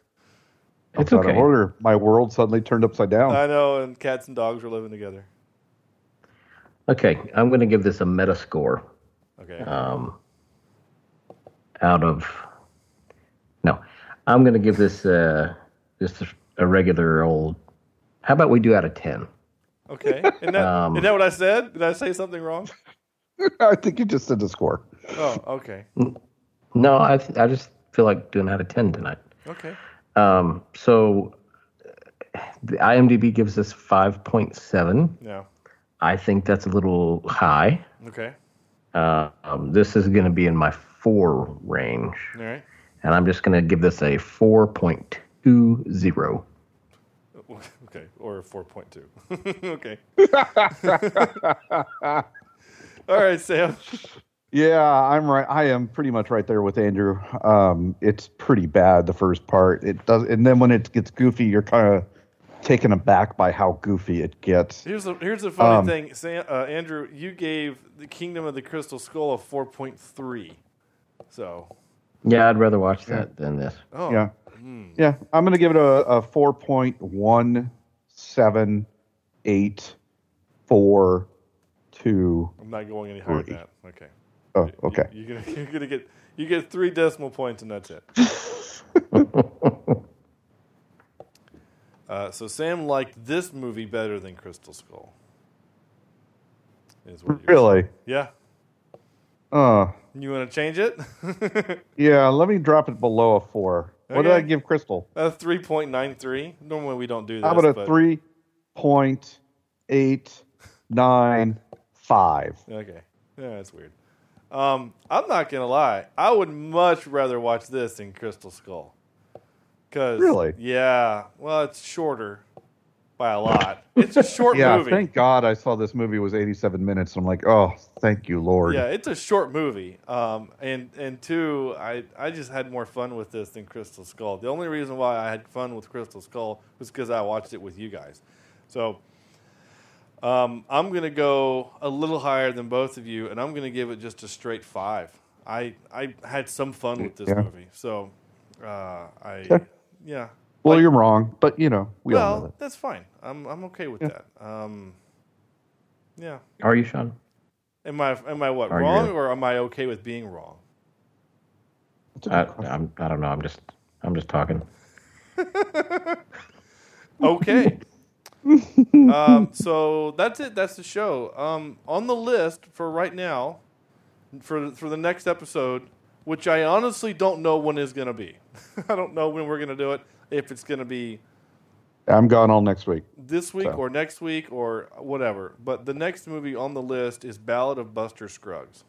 Speaker 7: I
Speaker 9: It's
Speaker 7: thought
Speaker 9: okay.
Speaker 7: Of order. My world suddenly turned upside down.
Speaker 6: I know, and cats and dogs were living together.
Speaker 9: Okay, I'm going to give this a meta score.
Speaker 6: Okay.
Speaker 9: Um, out of no, I'm going to give this uh, just a regular old. How about we do out of ten?
Speaker 6: Okay. Isn't that,
Speaker 9: Um,
Speaker 6: isn't that what I said? Did I say something wrong?
Speaker 7: I think you just said the score.
Speaker 6: Oh, okay.
Speaker 9: No, I th- I just feel like doing out of ten tonight.
Speaker 6: Okay.
Speaker 9: Um, so uh, the IMDb gives us five point seven.
Speaker 6: Yeah.
Speaker 9: I think that's a little high.
Speaker 6: Okay.
Speaker 9: Uh, um, this is going to be in my four range.
Speaker 6: All right.
Speaker 9: and I'm just going to give this a 4.20.
Speaker 6: Okay. Or 4.2. okay. All right, Sam.
Speaker 7: Yeah, I'm right. I am pretty much right there with Andrew. Um, it's pretty bad the first part. It does, and then when it gets goofy, you're kind of taken aback by how goofy it gets.
Speaker 6: Here's the here's the funny
Speaker 7: Um,
Speaker 6: thing, Sam, uh, Andrew. You gave the Kingdom of the Crystal Skull a 4.3. So.
Speaker 9: Yeah, I'd rather watch that than this.
Speaker 6: Oh.
Speaker 7: Yeah, yeah. I'm gonna give it a, a four point one seven eight four two.
Speaker 6: I'm not going any higher
Speaker 7: Three.
Speaker 6: than that. Okay.
Speaker 7: Oh, okay.
Speaker 6: You're gonna you're gonna get you get three decimal points and that's it. uh, so Sam liked this movie better than Crystal Skull. Is what you're
Speaker 7: Really?
Speaker 6: saying. Yeah.
Speaker 7: Uh,
Speaker 6: You want to change it?
Speaker 7: yeah. Let me drop it below a four. What did
Speaker 6: Okay.
Speaker 7: I give Crystal?
Speaker 6: A three point nine three. Normally we don't do this.
Speaker 7: How about a
Speaker 6: but-
Speaker 7: three point eight nine five?
Speaker 6: Okay. Yeah, that's weird. Um, I'm not gonna lie. I would much rather watch this than Crystal Skull. Cause
Speaker 7: Really?
Speaker 6: yeah. Well, it's shorter by a lot. It's a short
Speaker 7: Yeah,
Speaker 6: movie.
Speaker 7: thank God I saw this movie was 87 minutes. I'm like, oh, thank you, Lord.
Speaker 6: Yeah, it's a short movie. Um, and and two, I I just had more fun with this than Crystal Skull. The only reason why I had fun with Crystal Skull was because I watched it with you guys. So um, I'm gonna go a little higher than both of you, and I'm gonna give it just a straight five. I I had some fun with this
Speaker 7: Yeah.
Speaker 6: movie, so uh, I
Speaker 7: Okay.
Speaker 6: yeah.
Speaker 7: well, you're wrong, but you know, we
Speaker 6: well,
Speaker 7: all know
Speaker 6: that's fine. I'm I'm okay with that. Um, yeah.
Speaker 9: Are you, Sean?
Speaker 6: Am I am I what
Speaker 9: Are you
Speaker 6: wrong,
Speaker 9: really?
Speaker 6: or am I okay with being wrong?
Speaker 9: I, I'm, I don't know. I'm just I'm just talking.
Speaker 6: Okay. um, so that's it. That's the show. Um, on the list for right now, for for the next episode, which I honestly don't know when is going to be. I don't know when we're going to do it. If it's going to be
Speaker 7: I'm gone all next week.
Speaker 6: this week
Speaker 7: So.
Speaker 6: or next week or whatever. But the next movie on the list is Ballad of Buster Scruggs.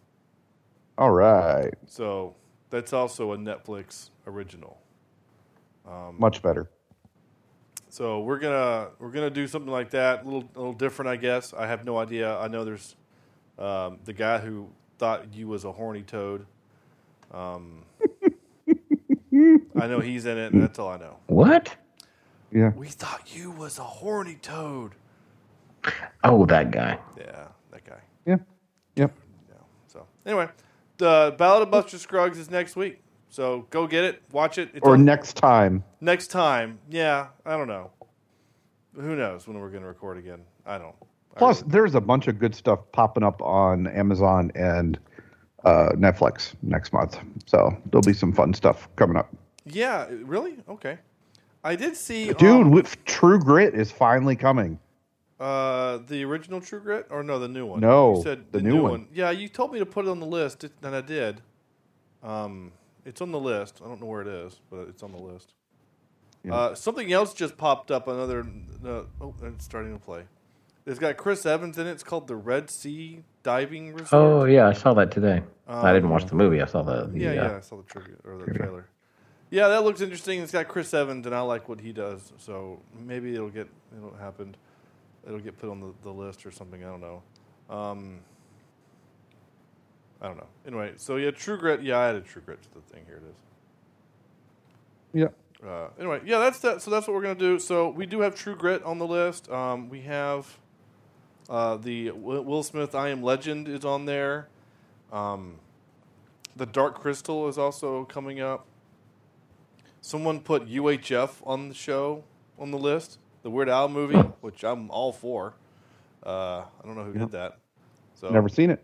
Speaker 7: All right.
Speaker 6: So that's also a Netflix original. Um,
Speaker 7: Much better.
Speaker 6: So we're gonna we're gonna do something like that, a little a little different, I guess. I have no idea. I know there's um, the guy who thought you was a horny toad. Um, I know he's in it. And that's all I know.
Speaker 9: What?
Speaker 7: Yeah.
Speaker 6: We thought you was a horny toad.
Speaker 9: Oh, that guy.
Speaker 6: Yeah, that guy.
Speaker 7: Yeah. Yep.
Speaker 6: So anyway, the Ballad of Buster Scruggs is next week. So go get it, watch it. It's
Speaker 7: Or
Speaker 6: on-
Speaker 7: next time.
Speaker 6: next time. Yeah, I don't know. Who knows when we're gonna record again? I don't.
Speaker 7: Plus, there's a bunch of good stuff popping up on Amazon and uh, Netflix next month. So there'll be some fun stuff coming up.
Speaker 6: Yeah, really? Okay. I did see
Speaker 7: Dude,
Speaker 6: um,
Speaker 7: with True Grit is finally coming.
Speaker 6: uh, the original True Grit or no, the new one.
Speaker 7: No,
Speaker 6: You said
Speaker 7: the new one.
Speaker 6: Yeah, you told me to put it on the list and I did. Um, it's on the list. I don't know where it is, but it's on the list. Uh, something else just popped up. Another. Uh, oh, it's starting to play. It's got Chris Evans in it. It's called the Red Sea Diving Resort.
Speaker 9: Oh yeah, I saw that today. I didn't
Speaker 6: Um,
Speaker 9: watch the movie. I saw the, the
Speaker 6: Yeah,
Speaker 9: uh,
Speaker 6: yeah, I saw the tribute or the trailer. Yeah, that looks interesting. It's got Chris Evans, and I like what he does. So maybe it'll get it'll happen. It'll get put on the, the list or something. I don't know. Um, I don't know. Anyway, so yeah, True Grit. Yeah, I added True Grit to the thing. Here it is.
Speaker 7: Yep.
Speaker 6: Uh, anyway, yeah, that's that. So that's what we're gonna do. So we do have True Grit on the list. Um, we have uh, the Wi- Will Smith I Am Legend is on there. Um, the Dark Crystal is also coming up. Someone put UHF on the show on the list, the Weird Al movie, which I'm all for. Uh, I don't know who did that. So
Speaker 7: Never seen it.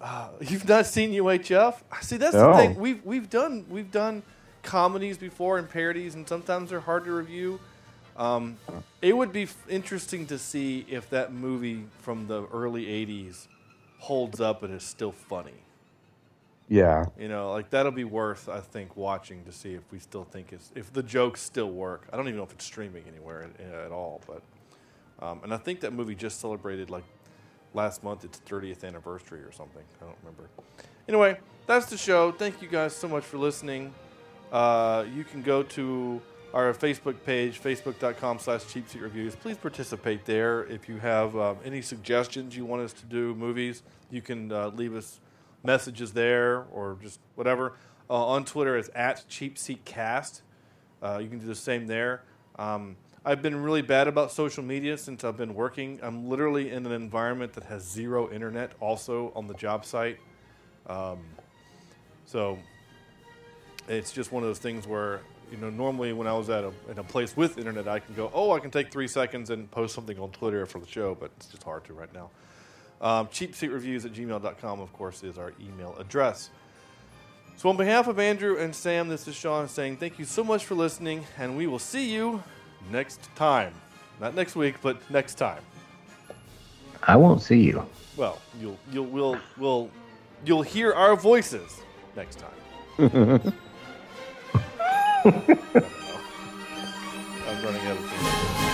Speaker 6: uh, you've not seen UHF? See, that's
Speaker 7: No.
Speaker 6: the thing. We've we've done we've done comedies before and parodies, and sometimes they're hard to review. Um, it would be f- interesting to see if that movie from the early '80s holds up and is still funny.
Speaker 7: Yeah.
Speaker 6: You know, like that'll be worth, I think, watching to see if we still think it's if the jokes still work. I don't even know if it's streaming anywhere at, at all, but um, and I think that movie just celebrated like last month its 30th anniversary or something. I don't remember. Anyway, that's the show. Thank you guys so much for listening. Uh, you can go to our Facebook page, facebook.com slash cheap seat reviews. Please participate there. If you have um, any suggestions you want us to do, movies, you can uh, leave us messages there or just whatever. Uh, on Twitter, it's at cheap seat cast. Uh, you can do the same there. Um, I've been really bad about social media since I've been working. I'm literally in an environment that has zero internet, also on the job site. Um, so it's just one of those things where you know normally when I was at a, in a place with internet, I can go, oh, I can take three seconds and post something on Twitter for the show, but it's just hard to right now. Um, cheapseatreviews at gmail.com, of course, is our email address. So, on behalf of Andrew and Sam, this is Sean saying thank you so much for listening, and we will see you next time. Not next week, but next time.
Speaker 9: I won't see you.
Speaker 6: Well, you'll you'll will will you'll hear our voices next time. I'm running out of time.